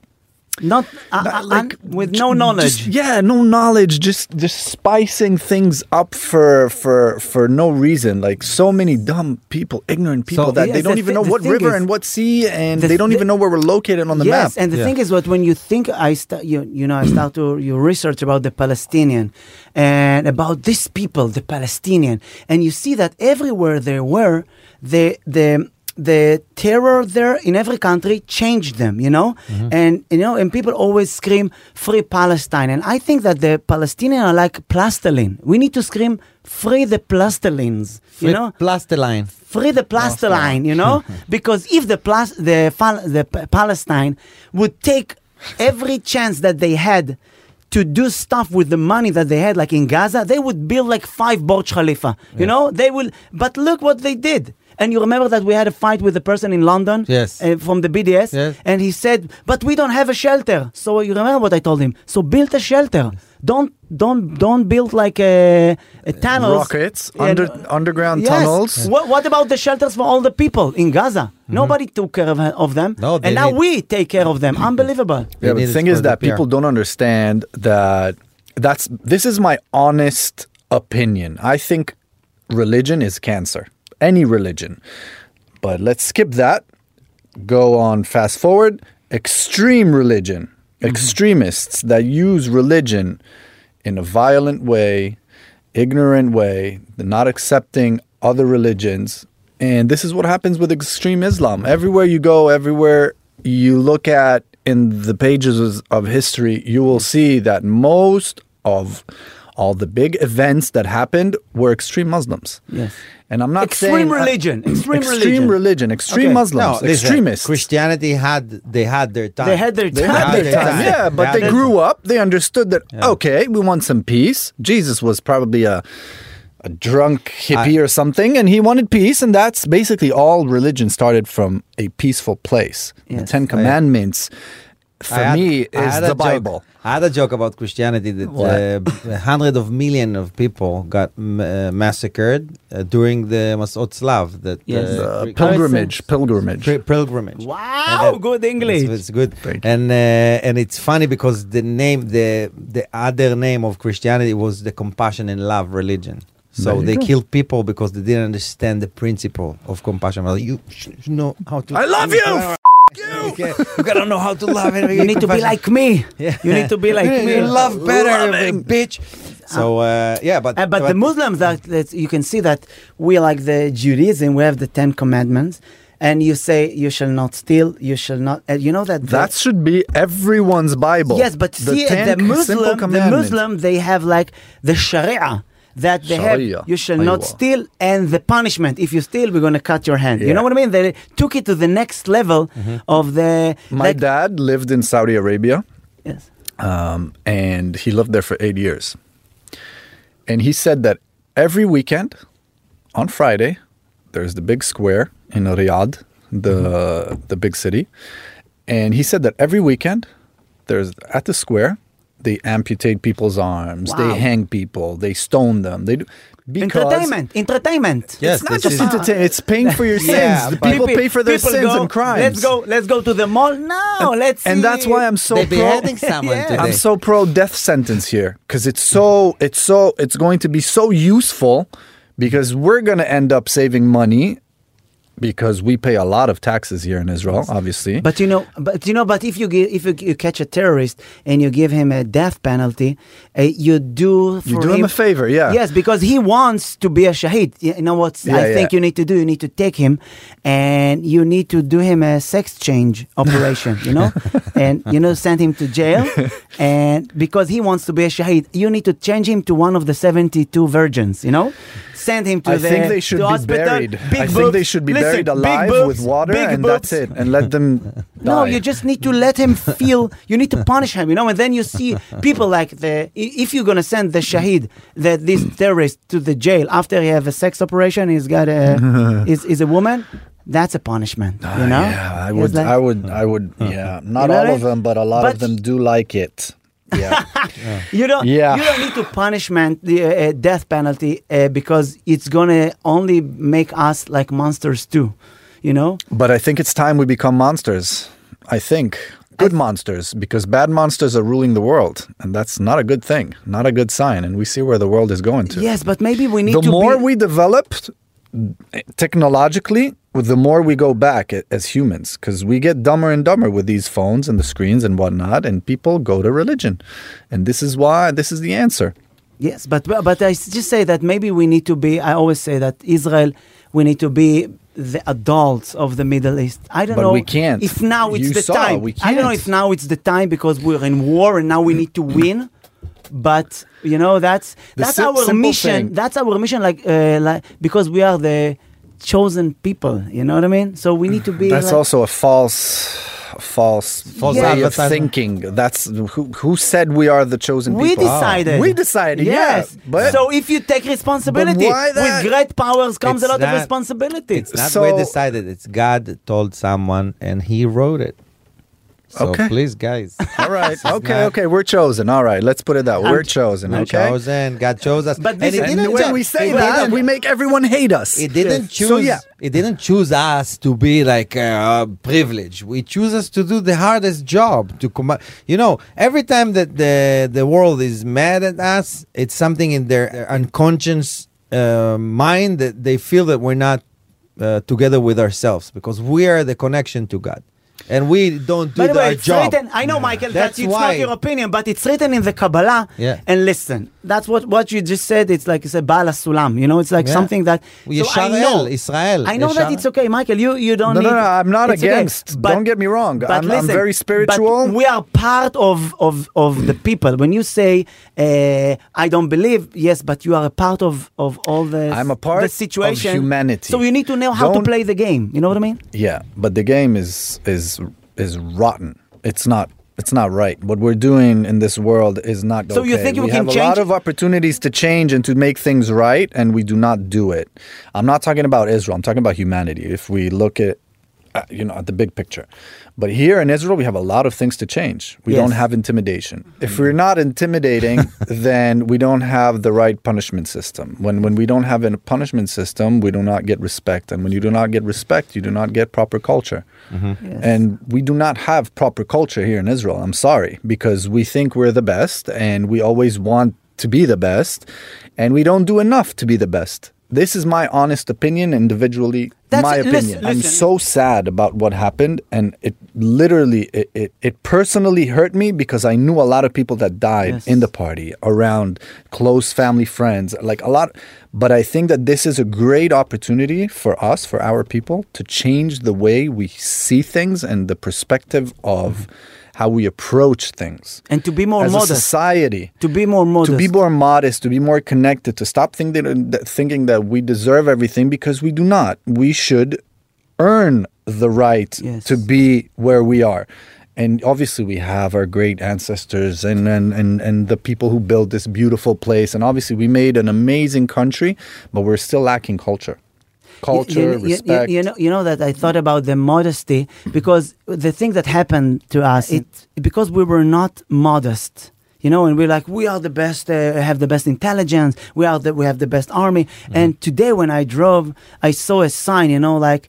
Not uh, uh, un- with no just- knowledge. yeah, no knowledge. Just just spicing things up for for for no reason. Like so many dumb people, ignorant people that Yes, they don't the even thi- know the what thing river is- and what sea, and the they don't thi- even know where we're located on the yes, map. and the Yeah. thing is, what when you think I start, you, you know, I start to you research about the Palestinian and about this people, the Palestinian, and you see that everywhere they were, the the the terror there in every country changed them, you know, Mm-hmm. and you know, and people always scream "Free Palestine," and I think that the Palestinian are like plastiline. We need to scream "Free the plastilines," you know, Plastiline. free the Palestine, you know, because if the plas- the Fal- the P- Palestine would take every chance that they had to do stuff with the money that they had, like in Gaza, they would build like five Burj Khalifa, you know. They will, but look what they did. And you remember that we had a fight with a person in London, Yes. uh, from the BDS, Yes. and he said, "But we don't have a shelter." So you remember what I told him? So build a shelter. Don't don't don't build like a, a tunnels. Rockets, Yeah, under no- underground Yes. tunnels. What, what about the shelters for all the people in Gaza? Nobody took care of, of them. Mm-hmm. No, they and now need- we take care of them. Unbelievable. Yeah, but need the it thing is for the that PR. people don't understand that that's this is my honest opinion. I think religion is cancer. Any religion. But let's skip that. Go on fast forward. Extreme religion. Mm-hmm. Extremists that use religion in a violent way, ignorant way, not accepting other religions. And this is what happens with extreme Islam. Everywhere you go, everywhere you look at in the pages of history, you will see that most of all the big events that happened were extreme Muslims. Yes. And I'm not Extreme saying religion, extreme extreme religion. religion, extreme Okay. Muslims, listen, extremists. Christianity had they had their time. They had their They time. had their time. Yeah, but they had grew up. They understood that okay, we want some peace. Jesus was probably a a drunk hippie or something, and he wanted peace, and that's basically all religion started from a peaceful place. The Yes. Ten Commandments for I had- me I is had a the joke- Bible. I had a joke about Christianity that uh, hundreds of millions of people got m- uh, massacred uh, during the Masot Slav, that Yes. uh, Uh, Greek- pilgrimage, pilgrimage. Pri- pilgrimage. Wow, And, uh, good English. It's, it's good, Thank you. and uh, and it's funny because the name, the the other name of Christianity was the compassion and love religion. So they killed people because they didn't understand the principle of compassion. Well, you should know how to. I love you. F- Okay. you gotta know how to love. and You need to be compassion. like me. Yeah. You need to be like me. You love better, bitch. So uh, yeah, but Uh, but the Muslims, that, that you can see that we like the Judaism, we have the Ten Commandments, and you say you shall not steal, you shall not. Uh, you know that the- That should be everyone's Bible. Yes, but see, Ten the Simple Muslim, the Commandments. Muslim, they have like the Sharia that they Sharia. have. You shall not Aywa. steal, and the punishment if you steal, we're gonna cut your hand. You know Yeah. Mm-hmm. what I mean? They took it to the next level of the. My like- dad lived in Saudi Arabia. Yes. um, and he lived there for eight years. And he said that every weekend on Friday, there's the big square in Riyadh, Mm-hmm. the the big city, and he said that every weekend there's at the square They amputate people's arms. Wow. They hang people. They stone them. They do because entertainment, entertainment. Yes, it's not this just is- entertainment. entertain. It's paying for your sins. Yeah, the but- people pay for their people sins go, and crimes. Let's go. Let's go to the mall. No, let's. And that's see- why I'm so They're pro- beheading someone Yeah. today. I'm so pro death sentence here because it's so it's so it's going to be so useful because we're going to end up saving money because we pay a lot of taxes here in Israel, obviously. But you know, but you know, but if you give, if you, you catch a terrorist and you give him a death penalty, uh, you do for You do him a favor, yeah. Yes, because he wants to be a shahid. You know what? I Yeah, think yeah. you need to do. You need to take him, and you need to do him a sex change operation. you know, and you know, send him to jail, and because he wants to be a shahid, you need to change him to one of the seventy-two virgins. You know, send him to I the think they should to be hospital. buried. Big I boobs. think they should be buried Listen, big alive boobs, with water big and boobs. that's it and let them No, die. you just need to let him feel. You need to punish him, you know. And then you see people like the. i- If you're gonna send the shahid, the, this terrorist, to the jail after he have a sex operation, he's got a, is is a woman. That's a punishment, you know. Ah, Yeah, I It's would, like- I would, I would. Yeah, You not know all what of I- them, but a lot of but- them do like it. Yeah, You don't. Yeah. You don't need to punishment the uh, uh, death penalty uh, because it's gonna only make us like monsters too, you know. but I think it's time we become monsters. I think good monsters, because bad monsters are ruling the world, and that's not a good thing, not a good sign. And we see where the world is going to. Yes, but maybe we need the to. more be, we develop eh, technologically with the more we go back a- as humans because we get dumber and dumber with these phones and the screens and whatnot and people go to religion and this is why this is the answer Yes, but but I s- just say that maybe we need to be. I always say that Israel, we need to be the adults of the Middle East. I don't But know. we can't. If now it's You the saw, time. we I don't know can't. if now it's the time because we're in war and now we need to win. But you know that's The that's si- our simple mission. thing. That's our mission. Like uh, like because we are the chosen people. You know what I mean? So we need to be. That's like- also a false, a false, False way of advertisement. thinking. That's who, who said we are the chosen We people. decided. We decided. Yes. Yeah, but so if you take responsibility, why with that- great powers comes a It's lot that- of responsibility. It's not So- we decided. It's God told someone, and He wrote it. So Okay. please, guys, all right, okay, not- okay, we're chosen. All right, let's put it that. We're chosen. we Okay. chose and God chose us. But and this he is- didn't And when ju- we say he that, didn't- we make everyone hate us. It didn't choose. So yeah, It didn't choose us to be like uh, privileged. We choose us to do the hardest job to come. You know, every time that the the world is mad at us, it's something in their, their unconscious uh, mind that they feel that we're not uh, together with ourselves because we are the connection to God, and we don't do By the the, way, our it's job. written. I know, Michael, That's that it's why- not your opinion, but it's written in the Kabbalah. Yeah. And listen, that's what what you just said. It's like it's a bala sulam. You know, it's like Yeah. something that. We so I Yeshar know, El, Israel, I know that Yeshar- it's okay, Michael. You you don't No, need. no, no, I'm not it's okay. against. Don't get me wrong. But I'm- I'm listen, very but spiritual. we are part of of of the people. When you say uh, I don't believe, yes, but you are a part of of all the I'm a part the of situation humanity. So you need to know how Don't- to play the game. You know what I mean? Yeah, but the game is is is rotten. It's not it's not right. What we're doing in this world is not So you okay. think we we can have a lot change- of opportunities to change and to make things right and we do not do it. I'm not talking about Israel. I'm talking about humanity. If we look at uh, you know at the big picture. But here in Israel we have a lot of things to change. We don't Yes. have intimidation. If we're not intimidating, then we don't have the right punishment system. When when we don't have a punishment system, we do not get respect. And when you do not get respect, you do not get proper culture. Yes. And we do not have proper culture here in Israel. I'm sorry, because we think we're the best and we always want to be the best, and we don't do enough to be the best. This is my honest opinion, individually, That's- my listen- opinion. I'm listen. so sad about what happened, and it literally, it, it, it personally hurt me because I knew a lot of people that died Yes. in the party, around close family, friends, like a lot. But I think that this is a great opportunity for us, for our people, to change the way we see things and the perspective of how we approach things. Mm-hmm. And to be more As a modest. society, To be more modest. to be more modest, to be more connected, to stop thinking that, thinking that we deserve everything because we do not. We should earn the right Yes. to be where we are. And obviously, we have our great ancestors and, and, and, and the people who built this beautiful place. And obviously, we made an amazing country, but we're still lacking culture. You- Culture, you, you- respect. Mm-hmm. You, know, you know that I thought about the modesty because the thing that happened to us, it because we were not modest. you know, and we're like, we are the best, uh, have the best intelligence, we are the, we have the best army. Mm-hmm. And today when I drove, I saw a sign, you know, like.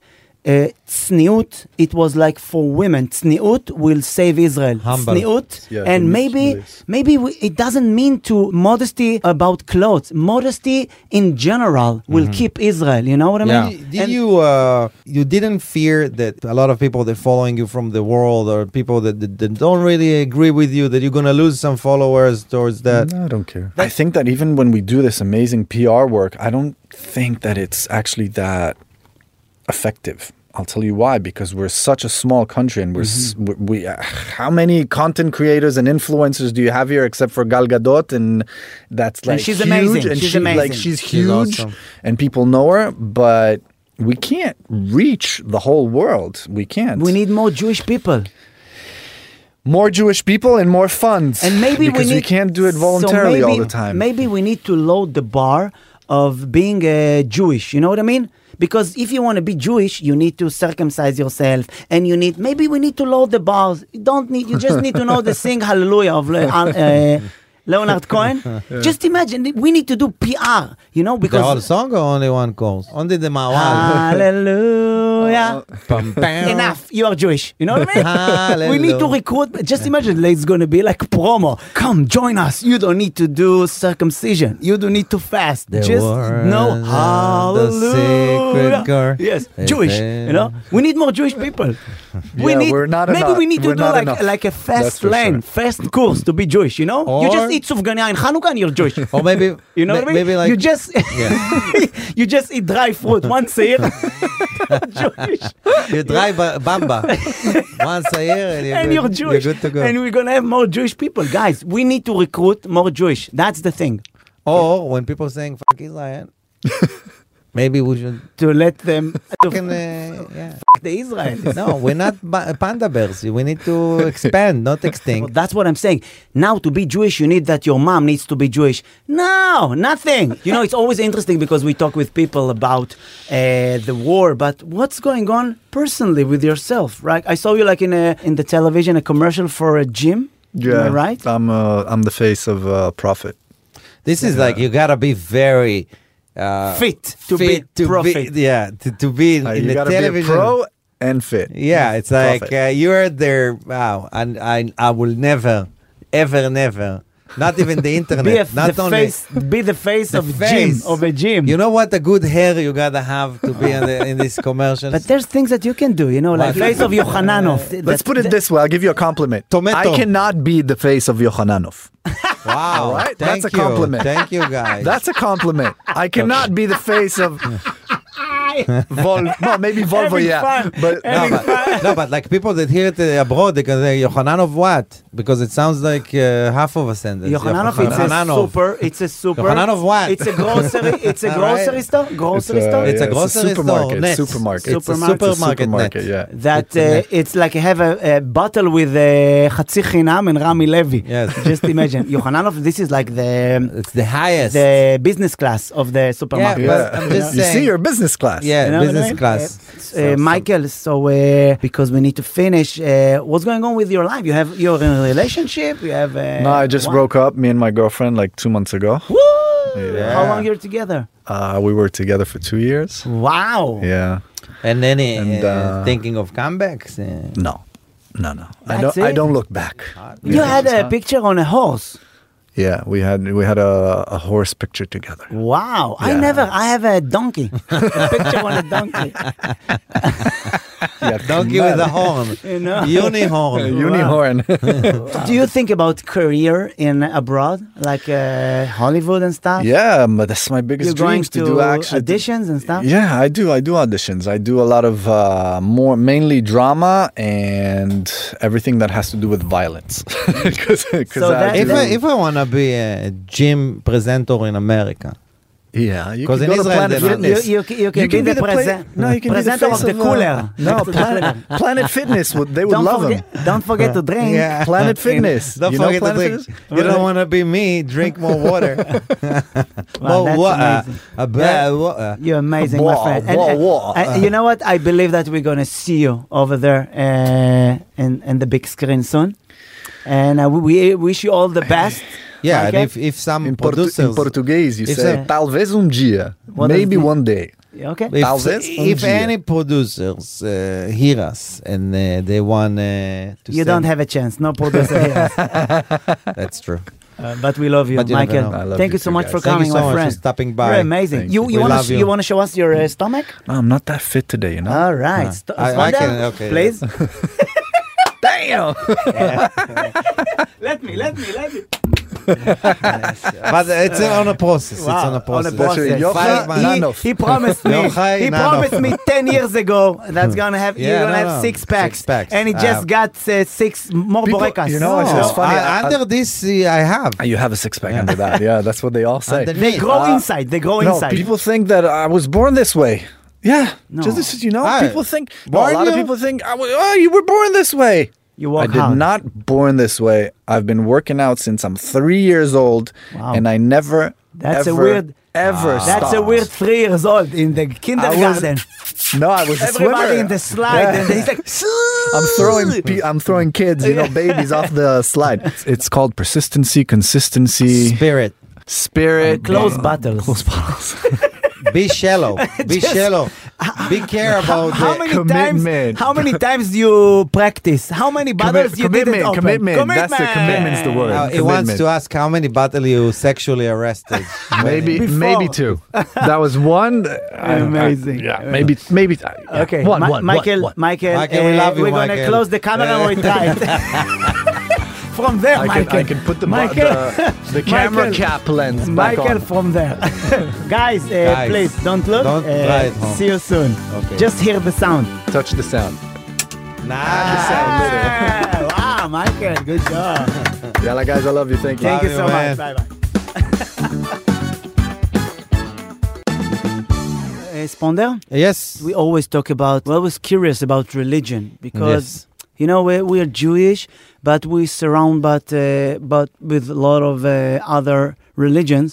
Uh, tzniut, it was like for women. Tzniut will save Israel. Humble. Tzniut, Yeah, and humility, maybe yes. maybe we, it doesn't mean to modesty about clothes. Modesty in general will Mm-hmm. keep Israel. You know what I Yeah. mean? Did, did And- you uh, you didn't fear that a lot of people that following you from the world or people that, that, that don't really agree with you that you're gonna lose some followers towards that? No, I don't care. I think that even when we do this amazing PR work, I don't think that it's actually that effective. I'll tell you why because we're such a small country and we're s we, Mm-hmm. we uh, how many content creators and influencers do you have here except for Gal Gadot and that's like she's huge amazing. and She's she- like amazing. she's She's huge awesome. and people know her but we can't reach the whole world. We can't. We need more Jewish people. more Jewish people and more funds. And maybe because we need can't do it so voluntarily all maybe- the time. Maybe we need to load the bar of being uh, Jewish. You know what I mean? Because if you want to be Jewish, you need to circumcise yourself, and you need maybe we need to load the bars. You don't need you just need to know the sing Hallelujah of Le- uh, Leonard Cohen. Just imagine we need to do PR. You know The whole because Ah. song or only one calls? Only the Mawal. Hallelujah. Bam, bam. Enough. You are Jewish. You know what I mean? we need to Hallelujah. recruit. Just imagine it's going to be like promo. Come join us. You don't need to do circumcision. You don't need to fast. The just word know of the hallelujah. sacred girl. Yes, Amen. Jewish. You know, we need more Jewish people. we Yeah, need. we're not maybe enough. we need to We're do not like enough. like a That's fast for lane, sure. first course to be Jewish. You know, you just Or- eat sufganiyah and Hanukkah and you're Jewish. Or maybe You know ma- what I mean? Maybe like you just you just eat dry fruit once a year. Jewish. you drive a bamba once a year and you're, and good, you're Jewish. You're good to go. And we're gonna have more Jewish people, guys. We need to recruit more Jewish. That's the thing. or when people saying "fuck Israel," maybe we should. To let them to Fucking, uh, yeah. fuck the Israelis. No, we're not ba- panda bears. We need to expand, not Well, extinct. that's what I'm saying. Now, to be Jewish, you need that your mom needs to be Jewish. No, nothing. You know, it's always interesting because we talk with people about uh, the war, but what's going on personally with yourself, right? I saw you like in a in the television a commercial for a gym. Am I right? I'm uh, I'm the face of uh, profit. This is like you gotta be very uh, Fit to be fit to profit. Be, yeah, to, to be in, Uh, in you the gotta television. be a pro and fit. Yeah, it's like Profit. uh, you're there. Wow, and I, I will never, ever, never. Not even the internet. Be, a, not the only face, be the face the of face. gym of a gym. You know what? A good hair you gotta have to be in, the, in this commercial. But there's things that you can do, you know, like What? face of Yochananov. Th- Let's that- put it that- this way. I'll give you a compliment. Tomato. I cannot be the face of Yochananov. wow, right, thank that's a you. compliment. Thank you, guys. That's a compliment. I cannot be the face of Vol. No, maybe Volvo. Having Yeah, fun. but no, but, no, but like people that hear it uh, abroad, they can say Yohananov what? Because it sounds like uh, half of a sentence. Yochananov, it's a Yohananov. super, it's a super. Yochananov what? It's a grocery, it's a All right. grocery store, grocery uh, store. It's a yeah, grocery store, supermarket. net. Supermarket. It's a It's a supermarket net. supermarket. Yeah. It's that a uh, net. it's like you have a, a bottle with uh, Chatzi Chinam and Rami Levi. Yes. Just imagine. Yochananov, this is like the It's the highest. the business class of the yeah, supermarket. but I'm just you saying. see your business class. yeah, You know what I business mean? class. Uh, Michael, so uh, because we need to finish, uh, what's going on with your life? You have you're in a relationship. You have uh, No, I just one- broke up. Me and my girlfriend like two months ago. Woo! Yeah. How long you're together? Uh, we were together for two years. Wow. Yeah. And then uh, And, uh, thinking of comebacks. Uh, No. No, no. I That's don't. I it? don't look back. You had it's a not- picture on a horse. Yeah, we had we had a, a horse picture together. Wow. I Yeah. never, I have a donkey. a picture on a donkey. Yeah, donkey with a horn. You know? Unihorn. Unihorn. Do you think about career in abroad, like uh, Hollywood and stuff? yeah, but that's my You're biggest going dreams to, to, do actually. auditions and stuff? Yeah, I do. I do auditions. I do a lot of uh, more, mainly drama and everything that has to do with violence. 'Cause- 'cause So I that- If do- I, if I want to be a gym presenter in America, yeah, you 'cause can in go to Israel Planet they're not- You, Fitness. you, ca- you can be the, pla- present, no, you can be the presenter face of the uh, cooler. no, Planet, Planet Fitness would they would don't, love him. forget, don't forget to drink. Yeah. Planet Fitness. don't you know forget to Planet drink. Fitness? You don't want to be me. Drink more water. Wow, more that's water. amazing. A bad water. You're amazing, my Wow, friend. wow, uh, wow. I- you know what? I believe that we're gonna see you over there uh, in in the big screen soon. and uh, we, we wish you all the best. Yeah, and Michael. if, if some In, Portu- in producers, Portuguese, you If say the- talvez um dia, What does maybe it- one day. okay. if, Thousands? if Mm, Um, yeah. any producers uh, hear us and uh, they want uh, to You don't have a chance. No producer here. that's true. Uh, but we love you, But you never know. Michael. I love Thank you you so too, much guys. for Thank coming, you so my much friend. for stopping You're by. amazing. Thank You you. you We want love to you. you want to show us your uh, stomach? No, I'm not that fit today, you know. All right, Huh. St- I- I Sonder, can- okay, please. Damn. let me, let me, let me. But it's on a process. It's Wow, on a process. process. Actually, Yochai Five months. He, Nanov. he promised me. Yochai he Nanov. promised me ten years ago that's gonna have Yeah, you're gonna no, have no. six packs, Six packs. and he Uh, just got uh, six more People- borecas. you know, it's No, just funny, I- I- under this, uh, I have. Ah. You have a six pack under that. Yeah, that's what they all say. Under- they grow Uh, inside. They grow no, inside. people think that I was born this way. Yeah, No. just this is you know. Ah, people think no, born a lot of you? people think I was, oh, you were born this way. you walk I did hard. not born this way. I've been working out since I'm three years old, Wow. and I never. That's a ever, weird- Ever. That's a stopped. weird three years old in the kindergarten. No, I was a swimmer. Everybody in the slide, and he's like, I'm throwing pe- I'm throwing kids, you know, babies off the slide. It's, it's called persistency, consistency, Spirit. spirit, close battles. Be shallow. Be shallow. Be care about How the- many commitment. times? How many times you practice? How many battles you commitment, didn't open? commitment. That's the commitment's the word. Uh, he wants to ask how many battle you sexually arrested. Maybe Before. maybe two. That was one. I- I- Amazing. yeah, maybe maybe. uh, yeah. Okay, one, Mi- one, Michael, one, one. Michael, Michael, we uh, love you, We're gonna Michael. Eh. close the camera and we die. from there, I Michael. can, I can put the, Michael, the, the camera Michael. cap lens back Michael on. from there. Guys, uh, Guys, please don't look. don't Uh, try it home. see you soon. Okay. Just hear the sound. Touch the sound. Nice. Ah, wow, Michael, good job. Yeah, guys, I love you. Thank you. Thank you you, so man. much. Bye bye. Uh, Sponder, Yes. we always talk about. Well, I was curious about religion because Yes. you know we we are Jewish, but we surround but uh, but with a lot of uh, other religions,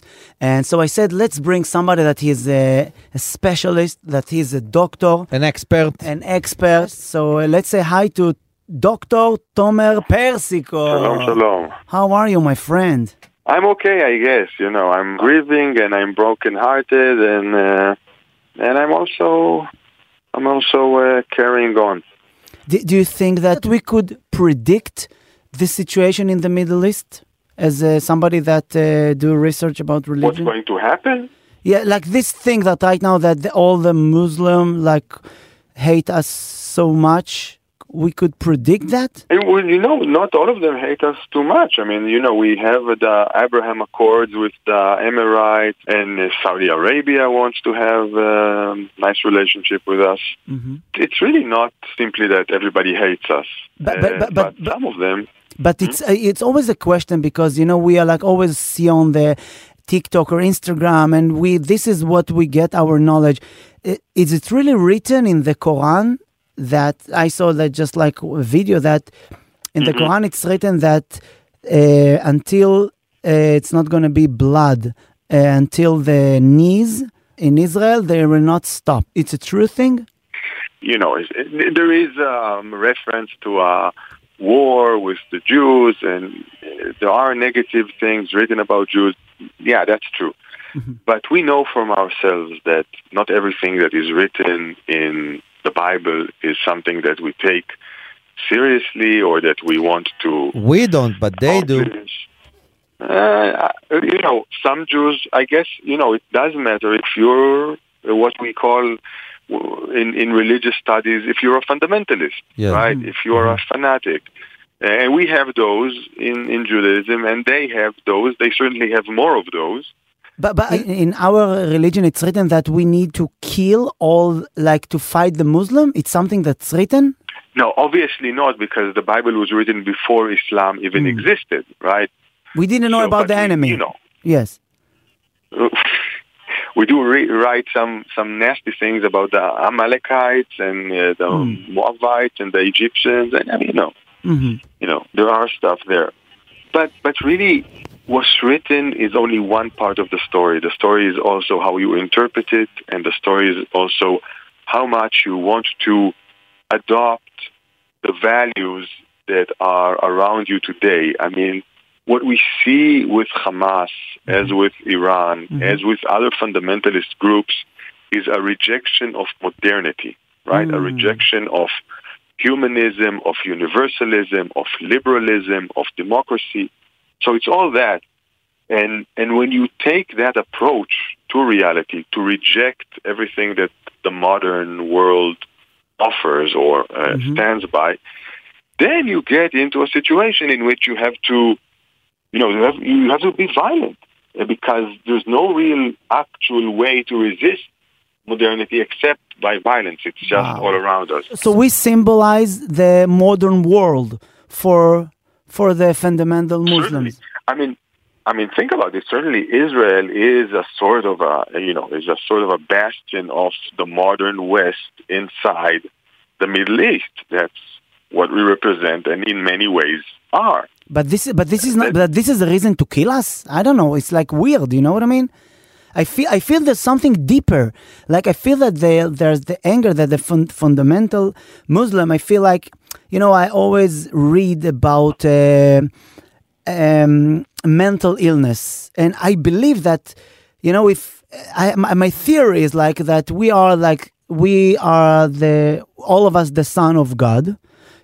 and so I said let's bring somebody that is a, a specialist, that is a doctor, An expert. an expert. So uh, let's say hi to Doctor Tomer Persico. Shalom, shalom. How are you, my friend? I'm okay, I guess. You know, I'm grieving and I'm broken-hearted, and uh, and I'm also I'm also uh, carrying on. Do, do you think that we could predict the situation in the Middle East as uh, somebody that uh, do research about What's religion? going to happen? Yeah, like this thing that right now that the, all the Muslim like hate us so much, we could predict that. It, well, you know, not all of them hate us too much. I mean, you know, we have the Abraham Accords with the Emirates, and uh, Saudi Arabia wants to have um, nice relationship with us. Mhm. It's really not simply that everybody hates us, But- but- uh, but- but- but some of them But it's uh, it's always a question because you know we are like always see on the TikTok or Instagram, and we this is what we get our knowledge. I- Is it really written in the Quran that I saw that just like a video that in the Quran it's written that uh, until uh, it's not going to be blood uh, until the knees in Israel they will not stop. It's a true thing. you know, it, it, there is um, reference to uh, war with the Jews, and uh, there are negative things written about Jews. Yeah, that's true. But we know from ourselves that not everything that is written in the Bible is something that we take seriously or that we want to We don't, but they do. accomplish. Oh, Uh, you know, some Jews, I guess, you know, it does matter if you're what we call w- in, in religious studies, if you're a fundamentalist, Yeah. Mm-hmm. right? If you're a fanatic. And we have those in, in Judaism, and they have those. They certainly have more of those. But but in, in our religion, it's written that we need to kill all, like to fight the Muslim. It's something that's written. No, obviously not, because the Bible was written before Islam even Mm. existed, right? We didn't know So, about but the we- enemy. You know, Yes. we do re- write some some nasty things about the Amalekites and uh, the Moabites and the Egyptians, and I mean, you know, hmm you know, there are stuff there, but but really, what's written is only one part of the story. The story is also how you interpret it, and the story is also how much you want to adopt the values that are around you today. I mean, what we see with Hamas, as with Iran, as with other fundamentalist groups, is a rejection of modernity, right? A rejection of humanism, of universalism, of liberalism, of democracy. So it's all that. And, and when you take that approach to reality, to reject everything that the modern world offers or uh, stands by, then you get into a situation in which you have to, you know, you have, you have to be violent uh, because there's no real actual way to resist modernity except by violence. It's just all around us. So we symbolize the modern world for for the fundamental Muslims. Certainly. I mean, I mean, think about it. Certainly, Israel is a sort of a you know is a sort of a bastion of the modern West inside the Middle East. That's what we represent, and in many ways are. But this but this is not but this is the reason to kill us? I don't know. It's like weird, you know what I mean? I feel I feel there's something deeper. Like I feel that there there's the anger that the fun, fundamental Muslim. I feel like you know I always read about uh, um, mental illness, and I believe that you know if I, my, my theory is like that we are like we are the all of us the son of God.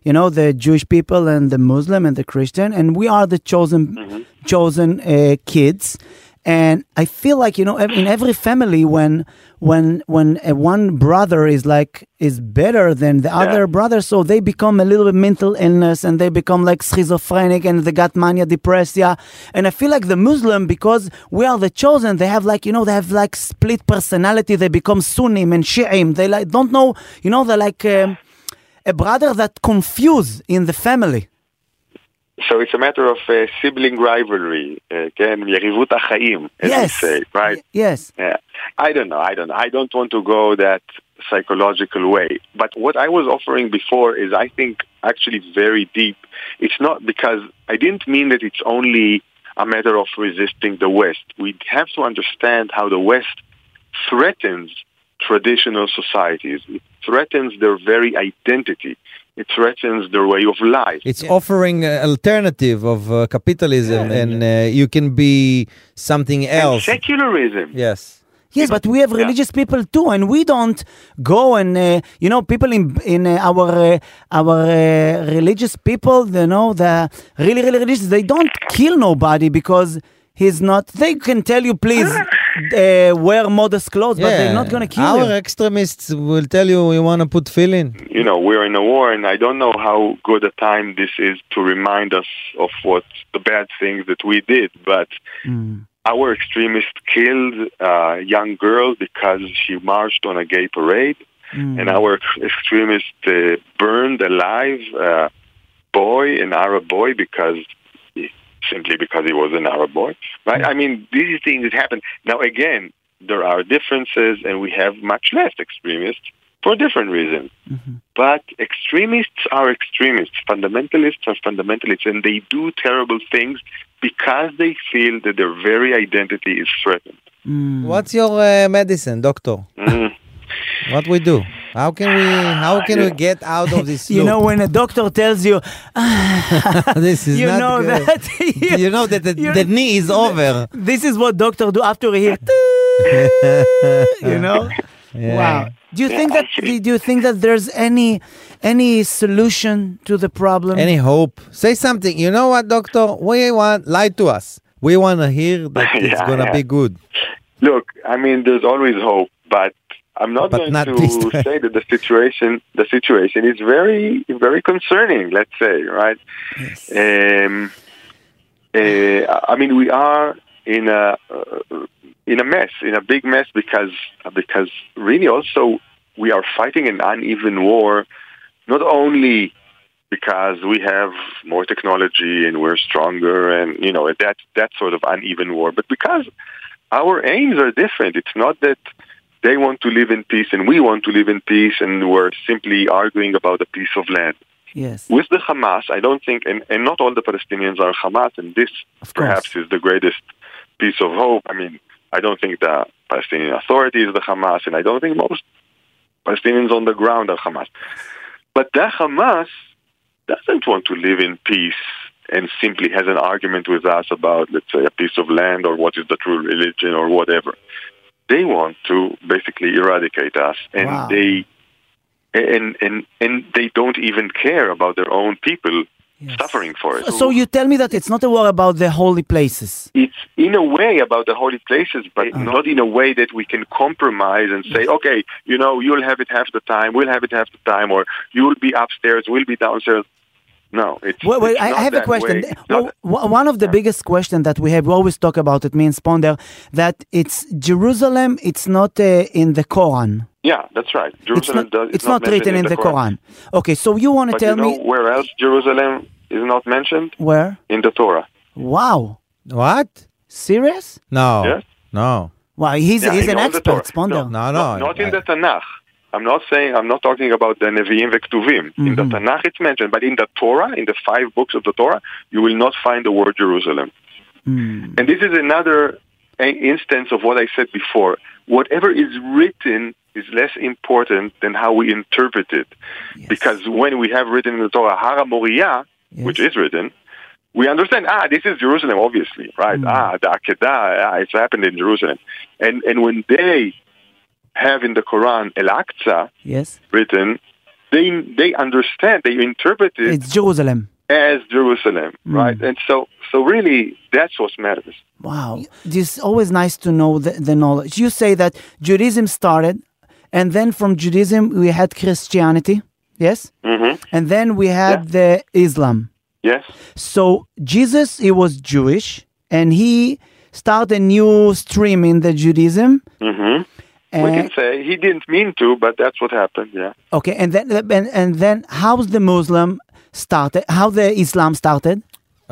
You know the Jewish people and the Muslim and the Christian, and we are the chosen chosen uh, kids and I feel like you know ev- in every family when when when uh, one brother is like is better than the other brother, so they become a little bit mental illness and they become like schizophrenic and they got mania depressia. And I feel like the Muslim because we are the chosen, they have like you know they have like split personality. They become Sunni and Shi'im. They like don't know you know they're like um, a brother that confuse in the family. So it's a matter of uh, sibling rivalry, uh, כן? יריבות החיים, as Yes. we say, right? Yes. Yeah. I don't know. I don't know. I don't want to go that psychological way. But what I was offering before is, I think, actually very deep. It's not because I didn't mean that it's only a matter of resisting the West. We have to understand how the West threatens traditional societies. It threatens their very identity. It threatens their way of life. It's offering an alternative of uh, capitalism, and uh, you can be something and else. secularism. Yes. Yes, but we have religious people too, and we don't go and uh, you know people in in uh, our uh, our uh, religious people, you know, the really really religious, they don't kill nobody because he's not. They can tell you, please uh, wear modest clothes, but they're not gonna kill Our you. extremists will tell you we want to put fill in. you know, we're in a war, and I don't know how good a time this is to remind us of what the bad things that we did, but our extremist killed a young girl because she marched on a gay parade, and our ex- extremist uh, burned alive a boy, an Arab boy, because simply because he was an Arab boy. Right? I mean, these things happen. Now, again, there are differences, and we have much less extremists for different reasons. But extremists are extremists. Fundamentalists are fundamentalists, and they do terrible things because they feel that their very identity is threatened. Mm. What's your uh, medicine, doctor? Mm. What we do? How can we? How can we get out of this? You loop? know, when a doctor tells you, this is you not know good. that you know that the, you- the knee is over. this is what doctor do after he hear, you know. Yeah. Wow. Do you think that do you think that there's any any solution to the problem? Any hope? Say something. You know what, doctor? We want lie to us. We want to hear that it's Yeah, gonna yeah. be good. Look, I mean, there's always hope, but I'm not But going not to this time. say that the situation the situation is very very concerning. Let's say, right? Um, uh, I mean, we are in a uh, in a mess, in a big mess, because because really also we are fighting an uneven war, not only because we have more technology and we're stronger, and you know that that sort of uneven war, but because our aims are different. It's not that they want to live in peace and we want to live in peace, and we're simply arguing about a piece of land Yes. with the Hamas, I don't think, and, and not all the Palestinians are Hamas, and this course. perhaps is the greatest piece of hope. I mean, I don't think the Palestinian Authority is the Hamas, and I don't think most Palestinians on the ground are Hamas. But the Hamas doesn't want to live in peace and simply has an argument with us about, let's say, a piece of land or what is the true religion or whatever. They want to basically eradicate us, and Wow. they and and and they don't even care about their own people Yes. suffering for it. So you tell me that it's not a war about the holy places. it's in a way about the holy places, but Uh-huh. not in a way that we can compromise and say, okay, you know, you'll have it half the time, we'll have it half the time, or you'll be upstairs, we'll be downstairs. No, it's. Well, well, it's I not I have a that question. way. It's Well, not- w- one of the biggest questions that we have, we always talk about it, me and Sponder, that it's Jerusalem, it's not uh, in the Quran. yeah, that's right. It's Jerusalem not, does. it's not mentioned written in the Quran. Okay, so you want to But tell you know me where else Jerusalem is not mentioned? where? In the Torah. Wow. What? Serious? No. Yes? No. Wow, he's, Yeah, he's in an all the Torah. expert, Sponder. No, no. not, not in the Tanakh. I'm not saying I'm not talking about the Nevi'im veKtuvim. In Mm-hmm. the Tanakh, it's mentioned, but in the Torah, in the five books of the Torah, you will not find the word Jerusalem. Mm. And this is another uh, instance of what I said before. Whatever is written is less important than how we interpret it, because when we have written in the Torah Hara Moriah, which is written, we understand, ah, this is Jerusalem, obviously, right? Ah, the Akedah, ah, it's happened in Jerusalem. And, and when they have in the Quran El Aqsa Yes. written, they, they understand, they interpret it It's Jerusalem. as Jerusalem, right? And so, so really, that's what matters. Wow. It's always nice to know the, the knowledge. You say that Judaism started, and then from Judaism we had Christianity, yes? Mm-hmm. And then we had the Islam. Yes, So Jesus, he was Jewish, and he started a new stream in the Judaism. Eh, hmm we And, can say he didn't mean to, but that's what happened. Yeah. okay, and then and, and then how's the Muslim started? How the Islam started?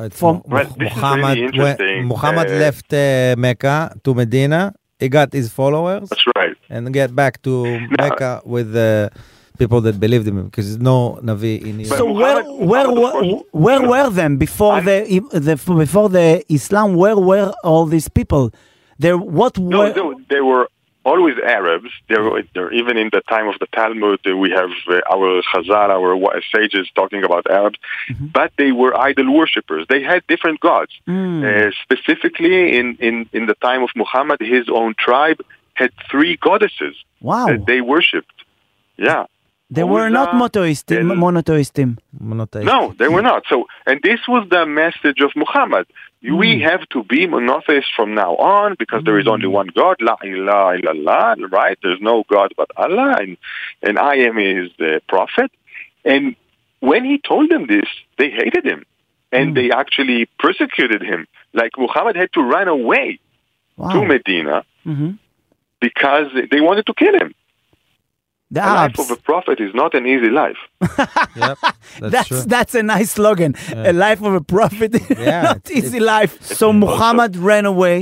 It's From- Mu- Well, this is really Muhammad, when- interesting, Muhammad uh, left uh, Mecca to Medina. He got his followers That's right. and get back to Mecca with the people that believed in him because there's no Navi in Israel. But So where Muhammad- where Muhammad, of were course- where were them before the, the before the Islam? Where were all these people? There, what No, were? no, they were always Arabs. They were, Mm-hmm. they're, even in the time of the Talmud, uh, we have uh, our Chazal, our wi- sages talking about Arabs, Mm-hmm. but they were idol worshippers. They had different gods. Mm. Uh, specifically, in, in, in the time of Muhammad, his own tribe had three goddesses Wow, that they worshipped. Yeah. they were not Uzzah, monotheistic. El- monotheistic. Monotheistic. No, they were not. So, and this was the message of Muhammad. We have to be monotheists from now on because there is only one God, La ilaha illallah, right? There's no God but Allah, and, and I am His uh, prophet. And when he told them this, they hated him, and they actually persecuted him. Like Muhammad had to run away to Wow, Medina Mhm. because they wanted to kill him. the The life Arabs. of a prophet is not an easy life. Yep, that's, That's true. that's, a nice slogan. A life of a prophet, Yeah, not it's- easy life. So Muhammad ran away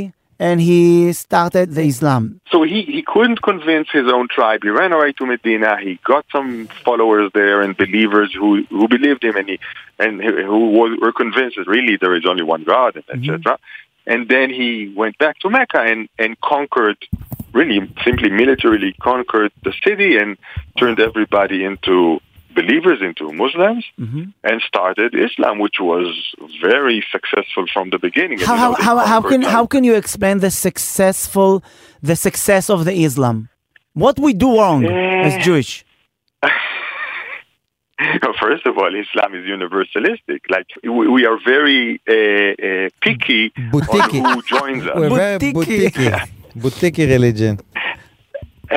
and he started the Islam. So he, he couldn't convince his own tribe. He ran away to Medina. He got some followers there and believers who, who believed him and he and who- who was- were convinced that really there is only one God, Mm-hmm. etc. And then he went back to Mecca and, and conquered, really simply militarily conquered the city and turned everybody into believers, into Muslims, Mm-hmm. and started Islam, which was very successful from the beginning. And, How you know, how, how, they how conquered can like- how can you explain the successful the success of the Islam? What we do wrong Eh. as Jewish? First of all, Islam is universalistic. Like we, we are very uh, uh, picky on Boutiquey. who joins us, We're very Boutiquey. boutiquey. Boutiquey religion.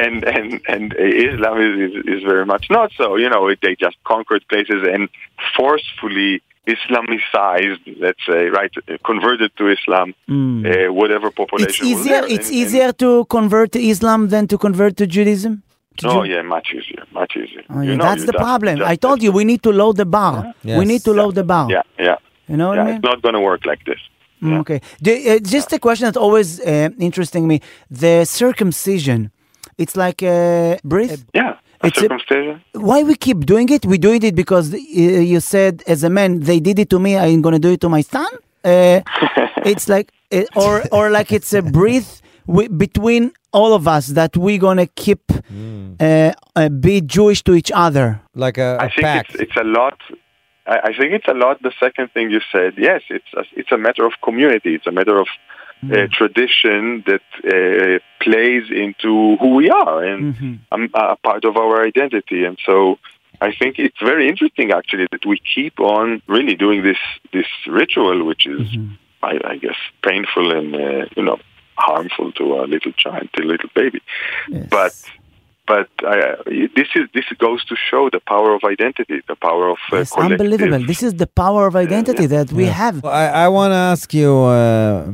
and and and uh, Islam is, is is very much not so. You know, they just conquered places and forcefully Islamicized, let's say, right, converted to Islam, uh, whatever Hmm. It's population. was easier. there. It's And- and- easier to convert to Islam than to convert to Judaism. To Oh Ju- yeah, much easier, much easier. Oh, You yeah, know, that's you the just- problem. just- I told you we need to load the bar. Yeah. We Yes. need to load the bar. Yeah, yeah, You know what I yeah. mean? It's not going to work like this. Mm, Yeah. Okay. The, uh, just a question that's always uh, interesting me. The circumcision. It's like uh, a breath. Yeah, a It's a- circumcision. Why we keep doing it? We doing it because uh, you said, as a man, they did it to me. I'm gonna do it to my son. Uh, it's like, uh, or or like it's a breath we, between all of us that we're gonna keep Mm. uh, uh, be Jewish to each other. Like a, I a think pact. it's, it's a lot. I, I think it's a lot. The second thing you said, yes, it's a, it's a matter of community. It's a matter of Hmm. uh, tradition that uh, plays into who we are and Mm-hmm. um, a part of our identity. And so, I think it's very interesting actually that we keep on really doing this this ritual, which is, Mm-hmm. I, I guess, painful and uh, you know harmful to a little child, to a little baby. But but uh, this is this goes to show the power of identity, the power of uh, It's collective. unbelievable. This is the power of identity that we have. Well, I, I want to ask you, uh,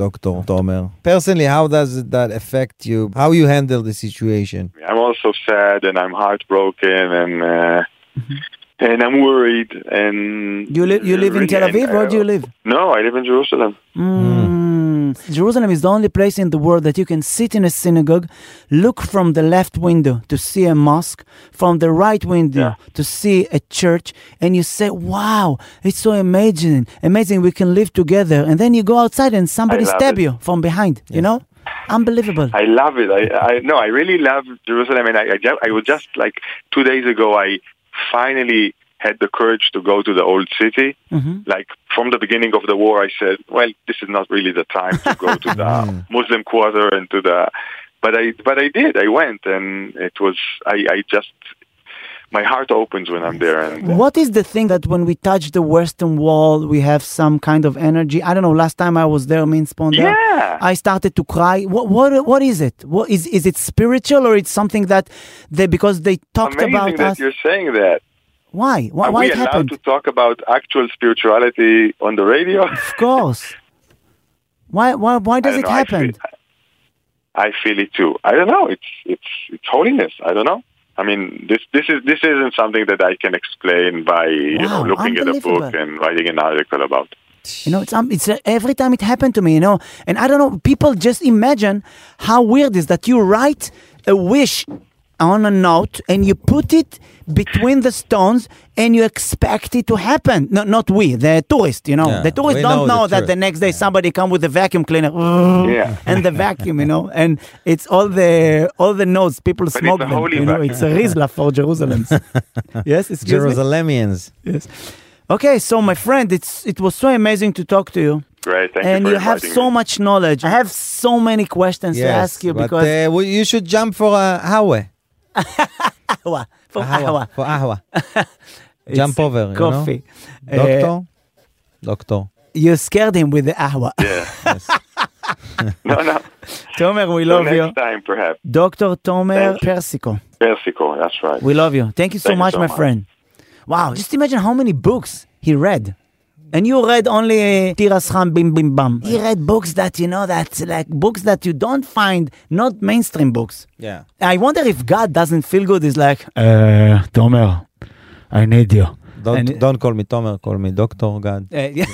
Dr. Tomer, personally, how does that affect you? How you handle the situation? I'm also sad and I'm heartbroken and uh, and I'm worried and Mm-hmm. You, li- you live in Tel and, Aviv? Where do you uh, live? No, I live in Jerusalem. Hmm. Mm. Jerusalem is the only place in the world that you can sit in a synagogue, look from the left window to see a mosque, from the right window to see a church, and you say, "Wow, it's so amazing! Amazing, we can live together." And then you go outside and somebody I love stab it. you from behind. You know, unbelievable. I love it. I, I no, I really love Jerusalem, and I, I, ju- I was just like two days ago. I finally had the courage to go to the old city. Mm-hmm. Like from the beginning of the war, I said, "Well, this is not really the time to go to Mm. the Muslim quarter and to the." But I but I did. I went, and it was I, I just my heart opens when I'm there, and What is the thing that when we touch the Western Wall, we have some kind of energy? I don't know. Last time I was there, mean Sponder, Yeah. I started to cry. What what what is it? What is is it spiritual or it's something that they because they talked amazing about that us? you're saying that. Why? Why, Are why we it allowed happened? to talk about actual spirituality on the radio? Of course. Why why why does I it don't know, happen? I feel, I feel it too. I don't know. It's it's it's holiness. I don't know. I mean, this this is this isn't something that I can explain by you know Wow, looking at a book unbelievable. and writing an article about. You know, it's um, it's uh, every time it happened to me. You know, and I don't know. People just imagine how weird is that you write a wish on a note and you put it between the stones and you expect it to happen. No, not we, the tourist. You know, Yeah, the tourists we don't know know the that the truth. next day somebody come with a vacuum cleaner Yeah. and the vacuum. You know, and it's all the all the notes people it's smoke a them. holy you know, vacuum. it's a rizla for Jerusalem. yes, excuse me. Jerusalemians. Yes. Okay, so my friend, it's it was so amazing to talk to you. Great, thank and you. you, for have inviting so me. much knowledge. I have so many questions to ask you but, because uh, well, you should jump for uh, Hawa. Ahwa, from Ahwa, Hawa. For Hawa. jump it's over. you know? coffee. Uh, Doctor. Doctor. you scared him with the ahwa. No, no. Tomer, we So love you. next time, perhaps. Dr. Tomer Thank you. Persico. Persico. That's right. We love you. Thank you so Thank you much, so my much. friend. Wow, just imagine how many books he read. And you read only uh, Tiras Khan Bim Bim Bam. He read books that, you know, that's like books that you don't find, not mainstream books. Yeah. I wonder if God doesn't feel good. He's like, uh, Tomer, I need you. Don't, And- don't call me Tomer, call me Doctor God. Uh, yeah.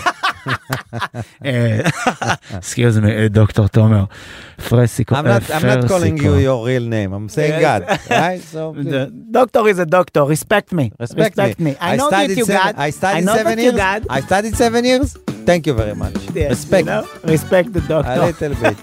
Uh, excuse me, uh, Dr. Tomer. Fresico. I'm not, I'm not calling you your real name. I'm saying uh, Yeah. God. Right? So please. doctor is a doctor. Respect me. Respect, me. I, know that studied you seven, got. I studied know seven that years. you got. I studied seven years. Thank you very much. Yeah, Respect. you know? Respect the A doctor. little bit.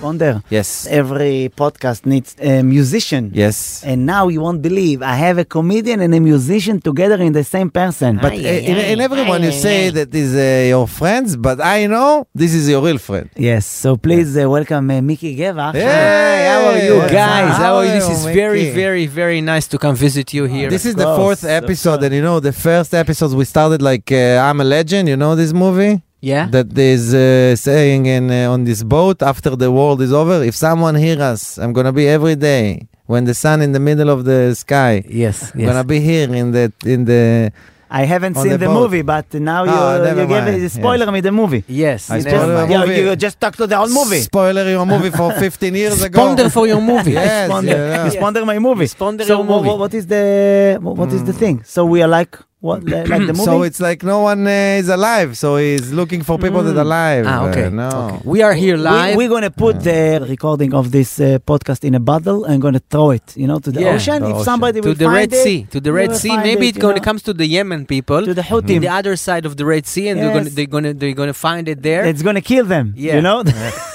Wonder. yes. Every podcast needs a musician. Yes. And now you won't believe I have a comedian and a musician together in the same person. But uh, in, in everyone, you say that is uh, your friends, but I know this is your real friend. yes, so please uh, welcome uh, Mickey Gevach. Hey, how are you What's guys, up? how are you? This How is are you, very, Mickey? very, very nice to come visit you here. This is the course, fourth of episode, and you know, the first episode we started like uh, "I'm a Legend." You know this movie yeah. that is uh, saying in uh, on this boat after the world is over. If someone hear us, I'm gonna be every day when the sun in the middle of the sky. Yes, I'm gonna yes. be here in the in the. I haven't on seen the, the boat. movie, but now Ah, you, never you gave mind. a spoiler me the movie. yes. I never spoiled mind. the Yeah, movie. you just talked to the whole movie. Spoiler your movie for 15 years ago. Ponder for your movie. Yes, Responder, yeah. Responder my movie. Responder so your wha- movie. Mm. wha- what is the wha- what is the thing? So we are like what li- like the movie? So it's like no one uh, is alive, so he's looking for people that are alive. Ah, okay. Uh, no. okay. We are here live. We, are gonna put the recording of this uh, podcast in a bottle and gonna throw it, you know, to the Yeah. ocean. The if ocean. somebody to will the find Red it, Sea, to the we Maybe will Red Sea. find Maybe it, it's going you to know, come to the Yemen people, to the in Houthim. Mm-hmm. the other side of the Red Sea, and they're gonna Yes. they're gonna they're gonna find it there. It's gonna kill them. Yeah. You know.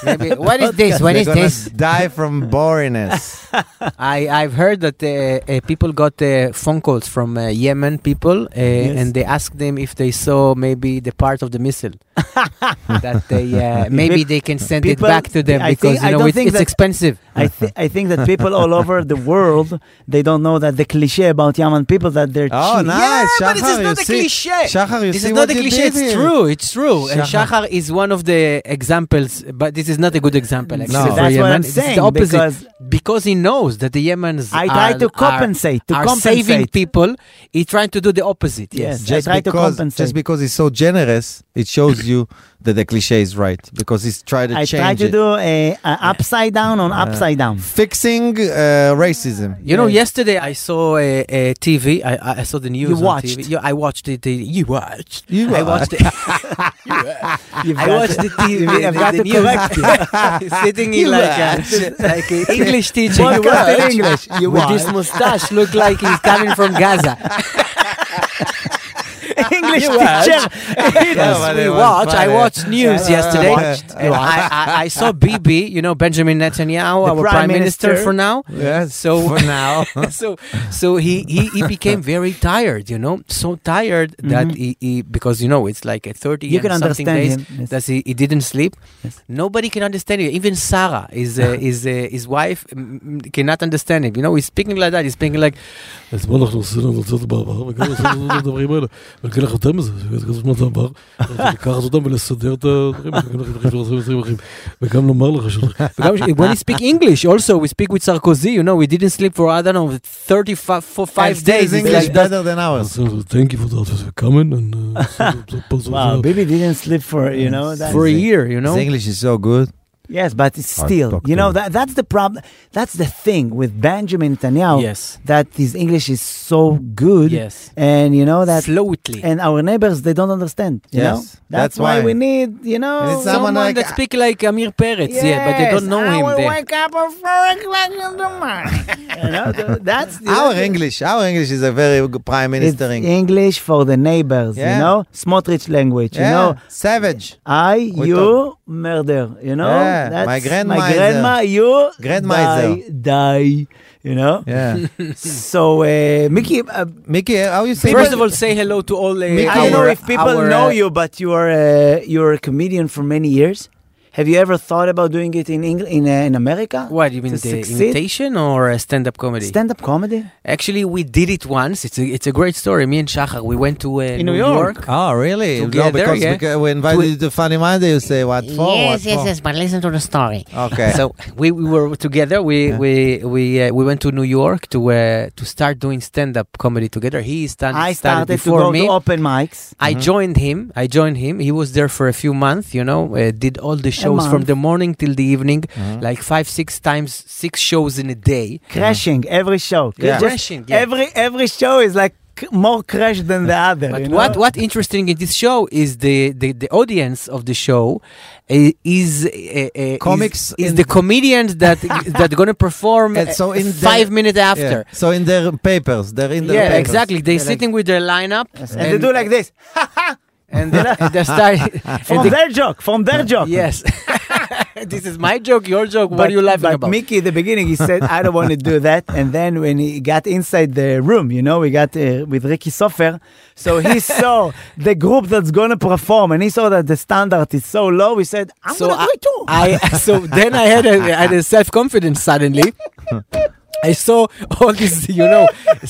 Maybe what is this? What They're is gonna this? Die from boringness. I I've heard that uh, uh, people got uh, phone calls from uh, Yemen people uh, and they asked them if they saw maybe the part of the missile that they uh, maybe they can send people- it back to them I think- because I you know don't it's, think it's that- expensive. I, th- I think that people all over the world they don't know that the cliche about Yaman people that they're Oh, cheap. nice. Yeah, but this Shahar, is not you a see- cliche. Shahar, you This see is not what a you cliche. did It's here. true. It's true. And Shahar. Shahar is one of the examples, but this is not a good example. Actually, So for that's what Yemen. I'm It's the saying, opposite, because- he knows that the Yemenis I try are- to are- compensate, to are compensate. saving people. He trying to do the opposite. Yes. Yes. Just I try to because, compensate. just because he's so generous, it shows you that the cliche is right because he's tried to I change try to it. do a, a upside down on upside down. Fixing uh, racism. You know, yesterday I saw a, a TV. I- I, I saw the news. You on watched. TV. Yeah, I watched it. uh, You watched. You I watched. watched. it. I watched the TV. I've got the to news. correct you. sitting in like a, like a English teacher. You Podcast in watch. English. You with watch. this mustache, look like he's coming from Gaza. English watch. teacher. Yeah, Yes, but we it was watch. I funny. watched news yesterday. watched. and I, I, I saw BB. You know Benjamin Netanyahu, our prime, prime minister, minister. for now. Yes. So- for now, so so he, he he became very tired you know so tired that he, he because you know it's like a 30 You and can something understand days him, yes. that he, he didn't sleep nobody can understand him even sarah is uh, is uh, his wife mm, mm, cannot understand him you know he's speaking like that he's speaking like אז מה אנחנו עשינו לצאת בעבר, וכן עשינו את הדברים האלה. וכן אנחנו יותר מזה, שכזה זמן בעבר, לקחת אותם ולסדר את הדברים, וכן אנחנו הולכים לעשות דברים אחרים. וגם לומר לך ש... Because when we speak English, also we speak with Sarkozy. You know, we didn't sleep for I don't know thirty five for And five still days. his It's English like that. better than ours. So, thank you for that for coming and uh, so- so- so- so- Wow, so- baby didn't sleep for you know that. for a year. You know, His English is so good. Yes, but it's I'll still, talk you to know, him. that that's the problem. That's the thing with Benjamin Netanyahu. Yes. that his English is so good. Yes. and you know that. slowly. And our neighbors, they don't understand. You Yes, know, that's why. why. we need, you know, it's Someone Someone, like- that speak like Amir Peretz, yeah, but they don't know him there. you know, th- that's the- Our English, our English is a very good prime It's minister English. English for the neighbors. Yeah. You know, Smotrich language. Yeah, You know, savage. I, We you, murder. You know, Yeah, that's my my grandmiser. grandma, you, Grandmiser. die, die. You know. Yeah, So, uh, Mickey, uh, Mickey, how you say? First of all, say hello to all uh, Mickey, our, I don't know if people our, know uh, you, but you are a, you are a comedian for many years. Have you ever thought about doing it in England, in, uh, in America? What you mean, To the succeed? imitation or uh, stand-up comedy? Stand up comedy? Actually, we did it once. It's a, it's a great story. Me and Shachar, we went to uh, In New York. Oh, really? no, Together, because yeah. because we invited To- you to Funny Monday. You say what for? what Yes, yes, for? yes, but listen to the story. Oh, Okay. So we, we were together. We we we uh, we went to New York to uh, to start doing stand up comedy together. He stand, I started started to before go me. to Mm-hmm. open mics. I joined him. I joined him. He was there for a few months. You know, uh, did all the shows from month. Mm-hmm. the morning till the evening, like five six times six shows in a day. crashing every show. Yeah. Just Crashing, yeah. Every every show is like c- more crash than the other. But you know? what what interesting in this show is the the, the audience of the show uh, is uh, uh, Comics is, is in- the comedians that that gonna perform And so uh, in the- five minutes after. Yeah. So in their papers, they're in their yeah, papers. exactly. They're sitting with their lineup, and, they do like this and they, they start. from and they- their joke, from their joke. yes, this is my joke, your joke. But, what are you laughing but about? Mickey, at the beginning, he said, "I don't want to do that." And then when he got inside the room, you know, we got uh, with Ricky Sofer, so he saw the group that's gonna perform, and he saw that the standard is so low. He said, "I'm so gonna do I, it too." I so then I had a, I had a self confidence suddenly. I saw all these, you know,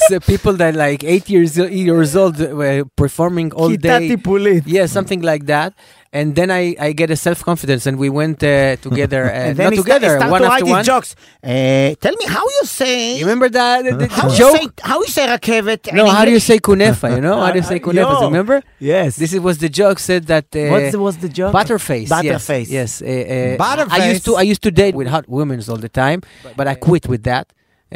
so people that like eight years years old were performing all כיתה day. טיפולית. Yeah, something like that. And then I, I get a self confidence, and we went uh, together, uh, And then not he sta- together, he started one to after write one. his jokes. Uh, tell me how you say. You remember that the, the how you joke? say how you say רכבת? in No, how do you English? say kunefa? You know, how do you say kunefa? Yo. Remember? Yes. This is- was the joke said that. Uh, What was the joke? Butterface. yes, Butterface. Yes. Uh, uh, I Butterface. used to I used to date with hot women all the time, but I quit with that.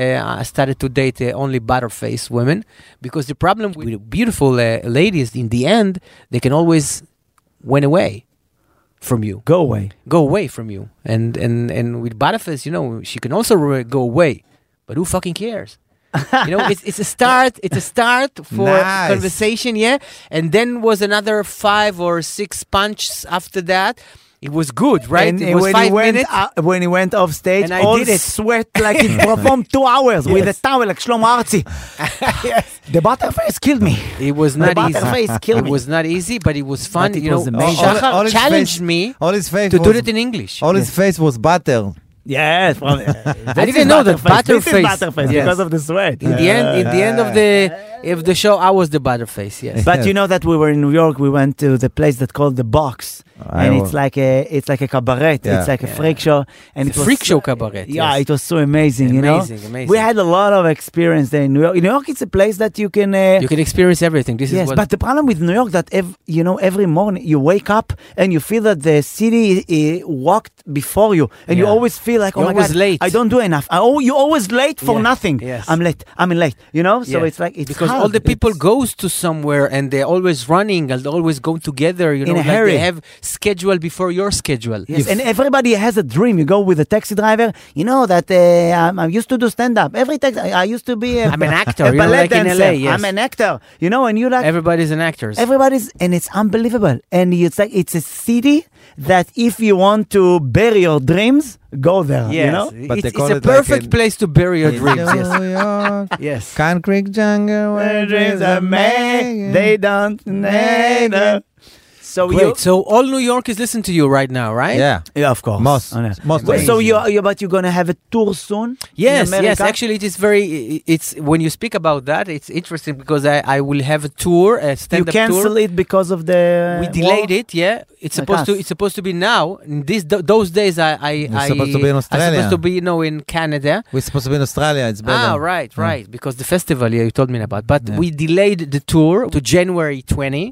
Uh, I started to date uh, only butterface women because the problem with beautiful uh, ladies in the end they can always went away from you, Go away. go away from you, and and and with butterface you know she can also uh, go away, but who fucking cares? you know, it's, it's a start. It's a start for Nice. conversation, yeah. And then was another five or six punches after that, It was good, right? And it was when five he went, minutes. uh, when he went off stage, And I all did it. sweat like he performed two hours with a towel like Shlomo Arzi. The butterface killed me. it was The not butterface easy. killed It me. was not easy, but it was fun. But it you was know, amazing. Shachar All his challenged face- me All his face to was, do it in English. all his face was butter. Yes, from, I didn't know that This is Butterface- butterface Yes. because of the sweat. In the end, in the end of the of the show, I was the butterface. Yes. But you know that we were in New York. We went to the place that called the Box, I and will- it's like a it's like a cabaret. Yeah. It's like a freak show, and It's it a was freak so- show cabaret, Yeah, yes. it was so amazing. you know, Amazing, amazing. we had a lot of experience there in New York. In New York, it's a place that you can. Uh, you can experience everything. This Yes, is what but the problem with New York that ev- you know every morning you wake up and you feel that the city eh, walked before you, and you Yeah. always feel like oh You're my always god, late. I don't do enough. I, oh, you're always late for Yeah. nothing. Yes. I'm late. I'm late. You know, so Yeah. it's like it's because hard. all the people It's- goes to somewhere and they're always running and always go together. You In a know, like hurry. they have schedule before your schedule. Yes, and everybody has a dream. You go with a taxi driver. You know that uh, I'm, I used to do stand up. Every taxi, I I used to be. A, I'm an actor, A you know, ballet like in dancer. LA, yes. I'm an actor. You know, and you like Everybody's an actor. everybody's, and it's unbelievable. And it's like it's a city that if you want to bury your dreams, go there. You know, But it's, they it's call a it like perfect in- place to bury your In dreams. yes. New York, Yes. concrete jungle where dreams are made. They don't. They don't. So you, Great. So all New York is listening to you right now, right? yeah. yeah, of course, Most- Oh, no. most But of So them. you, you, but you're gonna have a tour soon. in Yes, yes. America? Actually, it is very. It's when you speak about that, it's interesting because I, I will have a tour, a you stand-up tour. cancel it because of the we war? delayed it. Yeah, it's Like supposed to. us. It's supposed to be now. In This th- those days, I I We're I, supposed to be in I'm Australia. supposed to be you know in Canada. We're supposed to be in Australia. It's better. Ah, right, right. Because the festival, yeah, you told me about. But we delayed the tour to January twenty.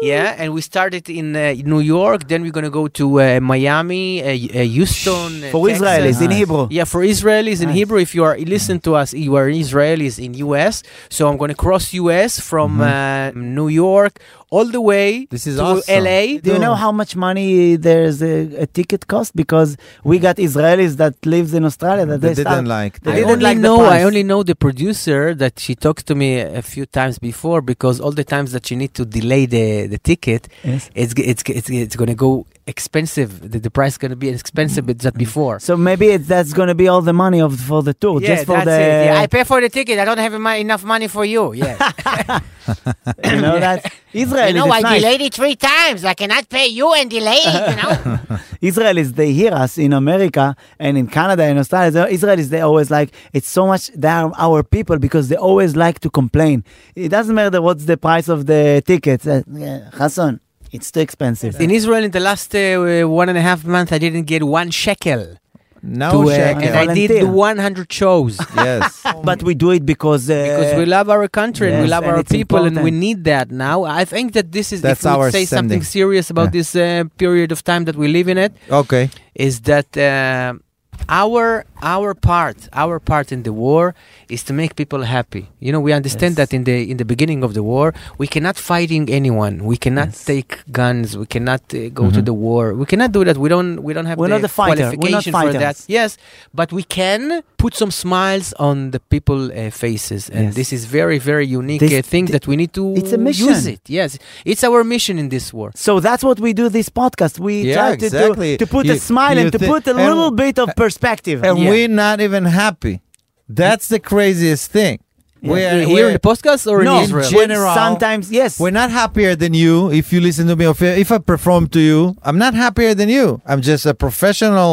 Yeah, and we started in uh, New York. Then we're gonna go to uh, Miami, uh, uh, Houston, uh, for Texas. Israelis in Hebrew. Yeah, for Israelis in Hebrew, if you are listen to us, you are Israelis in US. So I'm going to cross US from uh, New York all the way Mm-hmm. This is to awesome. LA. Do you know how much money there's a, a ticket cost? Because we got Israelis that lives in Australia that They they, didn't start- like They I didn't that. only like the know I price. only know the producer that she talks to me a few times before because all the times that she need to delay the, the ticket, Yes. it's g- it's g- it's, it's going to go expensive. The, the price going to be expensive as that before. So maybe it, that's going to be all the money of for the tour, Oh, just for that's the it. Yeah, I pay for the ticket. I don't have emo- enough money for you. Yeah. you know that Israelis. it's nice. it three times. I cannot pay you and delay it, you know? Israelis they hear us in America and in Canada and Australia. The Israelis they always like it's so much they are our people because they always like to complain. It doesn't matter what's the price of the tickets. Uh, yeah, Hassan, it's too expensive. in Israel, in the last uh, one and a half month, I didn't get one shekel. No to, uh, check. And I did Oh, Volunteer. 100 shows. yes. but we do it because uh, Because we love our country and we yes, love and our it's people and we important. need that now. I think that this is, That's if we our say something sending. serious about this uh, period of time that we live in it, Okay. is that uh, our our part our part in the war is to make people happy you know we understand that in the in the beginning of the war we cannot fighting anyone we cannot take guns we cannot uh, go to the war we cannot do that we don't we don't have Mm-hmm. We're the not the fighter. We're not qualification for that fighters. yes but we can put some smiles on the people uh, faces and Yes. this is very very unique This- uh, thing thi- that we need to it's a use mission. it yes it's our mission in this war So that's what we do this podcast. We Yeah, try to exactly. do, to put You- a smile you and to thi- put a and- little bit of perspective. And Yeah. we're not even happy. That's the craziest thing. We are, here in we're, the podcast or no, in Israel In general, sometimes yes. we're not happier than you if you listen to me or if I perform to you. I'm not happier than you. I'm just a professional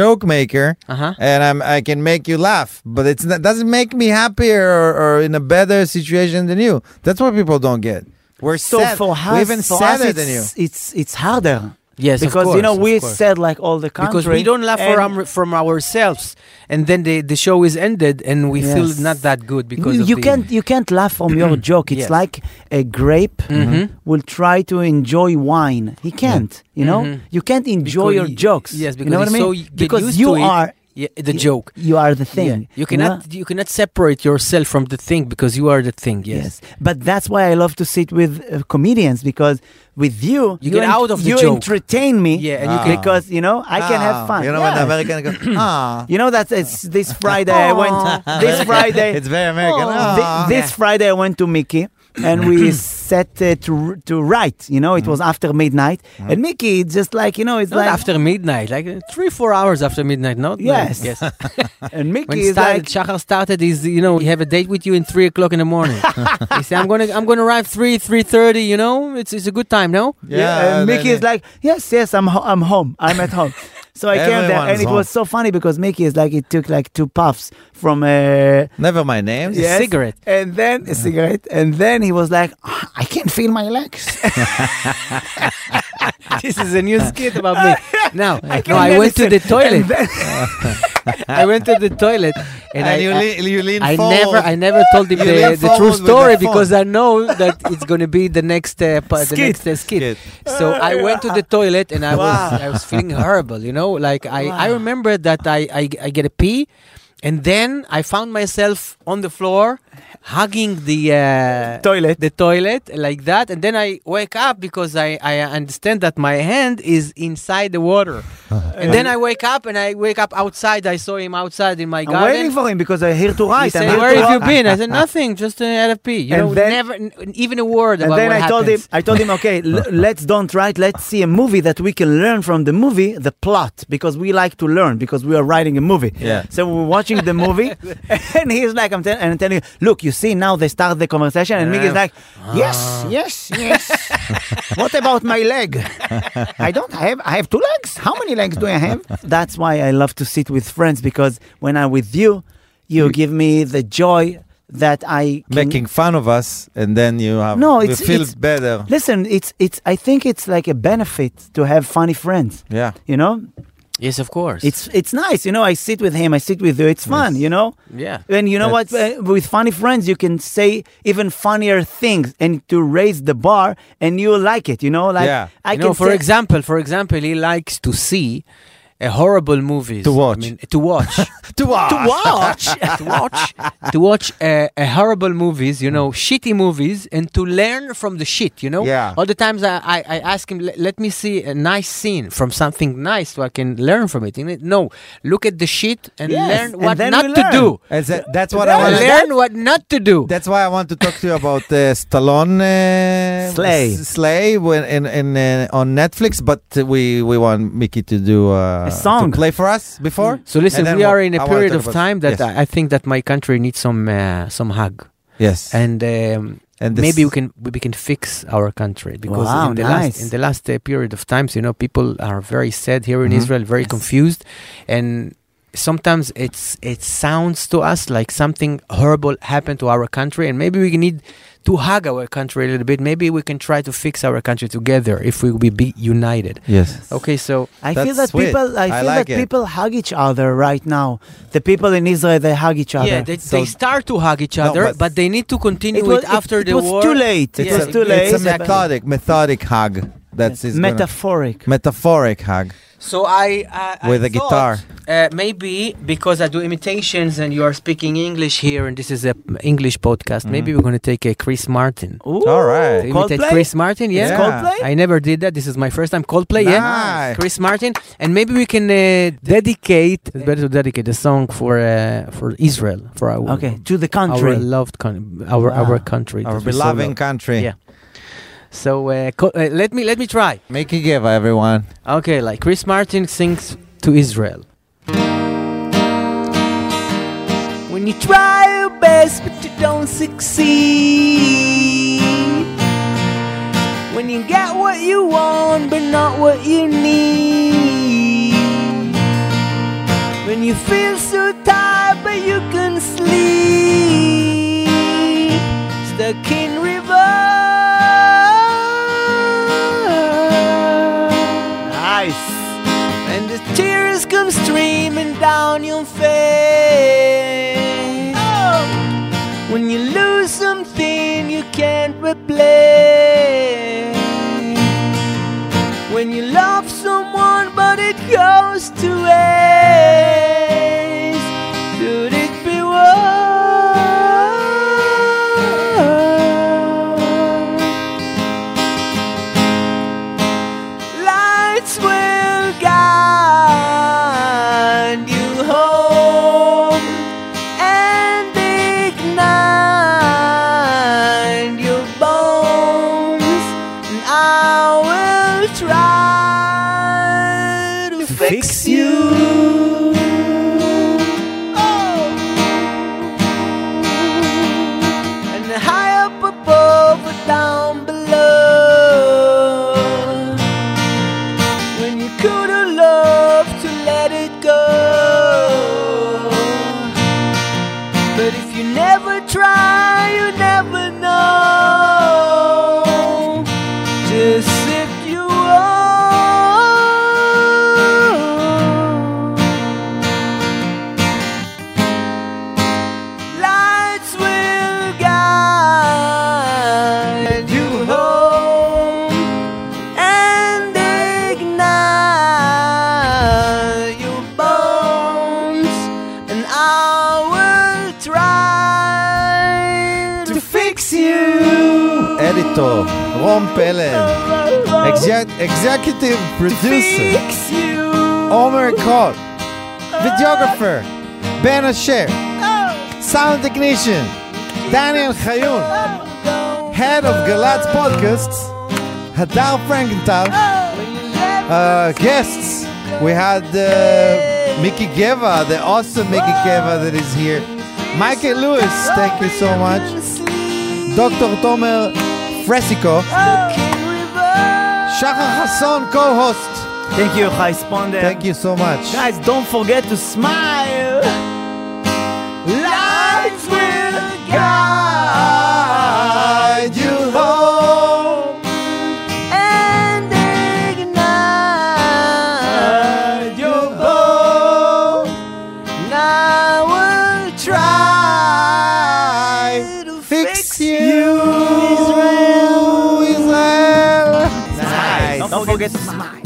joke maker. uh-huh and I'm I can make you laugh, but it's not, doesn't make me happier or, or in a better situation than you. That's what people don't get. We're so sad. for us, we're even for sadder us than you. it's, it's it's harder Yes, of because you course, know of we course. said like all the country because we don't laugh and- from, from ourselves and then the, the show is ended and we Yes. feel not that good because you of the, can't you can't laugh from your joke. It's Yes. Mm-hmm. like a grape Mm-hmm. will try to enjoy wine. He can't. You know, Mhm. you can't enjoy Because your you- jokes. yes you know what I because mean. so you get because used you to it. are yeah, the you- joke You are the Yeah. thing. you know? cannot you cannot separate yourself from the thing because you are the thing yes, Yes. But that's why I love to sit with uh, comedians because with you, You get ent- out of the you joke. entertain me. Yeah, and you can- because you know I can Ah, have fun. You know Yeah. when the American go, ah, You know that it's this Friday I went. This Friday. it's very American. Thi- Ah. this Friday I went to Mickey and we set uh, to to write. You know, it was after midnight, and Mickey just like you know, it's Mm. Not like after midnight, like uh, three, four hours after midnight. Not like- Yes. yes. and When Mickey is started, like Shachar started, is you know, we have a date with you in three o'clock in the morning. he said, "I'm gonna, I'm gonna arrive three, three thirty. You know, it's it's a good time, no? Yeah, and Mickey is like, yes, yes, I'm ho- I'm home. I'm at home. So I came there, Everyone's and it was so funny because Mickey is like, it took like two puffs from a Uh-huh. Never my name. Yeah. cigarette. and then a cigarette, and then he was like, "Ah, I can't feel my legs. this is a new skit about me. Now, I no, can I never went to say- the toilet. And then- I went to the toilet, and, And, I, you, lean, you lean I forward. never, I never told him You lean the, the forward true with the story phone. because I know that it's gonna be the next, uh, pa- the next uh, skit. So I went to the toilet and I was, I was feeling horrible. You know, like I, I remember that I, I, I get a pee, and then I found myself on the floor, hugging the uh, Toilet. the toilet like that, and then I wake up because I, I understand that my hand is inside the water, and then I wake up and I wake up outside. I saw him outside in my I'm garden. waiting for him because I'm here to He write. I'm said, here "Where to have you write." been?" I said, "Nothing, just an LFP." You And know, then- never, n- even a word And about then what I told him, happens. I told him, okay, l- let's don't write. Let's see a movie that we can learn from the movie, the plot, because we like to learn because we are writing a movie. Yeah. So we're watching the movie, and he's like, I'm, tell- and I'm telling you, look, you see now they start the conversation, and Mickey's like, yes, yes, yes. what about my leg? I don't have. I have two legs. How many legs do I have? That's why I love to sit with friends because when I'm with you, you give me the joy that I can making fun of us, and then you have No, you it's- feel it's- better. Listen, it's it's. I think it's like a benefit to have funny friends. Yeah, You know, Yes, of course. it's it's nice. You know, I sit with him. I sit with you. It's fun. You know, yeah. and you know That's- what? Uh, With funny friends, you can say even funnier things and to raise the bar, and you like it. You know, like Yeah. I you can. know, for say- example, for example, he likes to see a horrible movies To watch. I mean, to watch, to to watch. to watch, to watch uh, a horrible movies. You know, shitty movies, and to learn from the shit. You know, Yeah. All the times I, I, I ask him, "Let- let me see a nice scene from something nice so I can learn from it. And it- No, look at the shit and Yes, learn and what then not you to learn. do. And tha- that's what I want. to Learn what not to do. That's why I want to talk to you about uh, Stallone uh, Slay. S- Slay when in, in uh, on Netflix. But uh, we we want Mickey to do uh, A song. to play for us before. So listen, And then we what- are in I a wanna period talk of about- time that yes, I, I think that my country needs some uh, some hug, yes, and um, and this- maybe we can we can fix our country because Wow, in the nice. last in the last uh, period of times, you know, people are very sad here in Mhm. Israel, very confused, and sometimes it's it sounds to us like something horrible happened to our country, and maybe we need to hug our country a little bit. Maybe we can try to fix our country together if we will be united. yes. Okay, so I That's feel that sweet. people. I I feel like that it. people hug each other right now. The people in Israel they hug each other. Yeah, they, So- they start to hug each No, other, but- but, they need to continue it, after it, the it was war. too late. It Yeah, was too it's late. It's a Exactly. methodic methodic hug. That's his gonna- Metaphoric. metaphoric hug. So I, I I With a thought, Uh, maybe because I do imitations and you are speaking English here, and this is a English podcast. Maybe we're going to take a Chris Martin. Ooh, All right. To imitate Coldplay? Chris Martin, yeah. It's Coldplay? I never did that. This is my first time Coldplay, yeah. Nice. Chris Martin, and maybe we can uh, dedicate. It's better to dedicate a song for uh, for Israel, for our Okay, to the our country. loved country, our our Wow. country, Our that we so love. beloved country. Yeah. So uh, co- uh, let me let me try. Make a give, everyone. Okay, like Chris Martin sings to Israel. When you try your best but you don't succeed. When you get what you want but not what you need. When you feel so tired but you can sleep. Stuck in reverse. Nice. And the tears come streaming down your face. When you lose something you can't replace. When you love someone but it goes to waste. Could it be worse? lights will guide you home and ignite your fix you. Oh. And high up above or down below. When you could have loved to let it go. But if you never try, you never know. Just if you are. Lights will guide you home and ignite your bones, and I will try to fix you. Editor, Ron Pelen, exec- executive producer, Fix you. Omer Kot, videographer, Ben Asher, sound technician, Daniel Chayun, head of Galatz Podcasts, Hadar Frankenthal, uh, guests. We had uh, Mickey Geva, the awesome Mickey Geva that is here. Michael Lewis, thank you so much. Dr. Tomer Fresico. Shachar Hassan, co-host. Thank you, Chai Sponder. Thank you so much. Guys, don't forget to smile. Lights will guide you home and ignite your bones. And I will try to fix you, Israel. Israel. Nice. Don't forget to smile.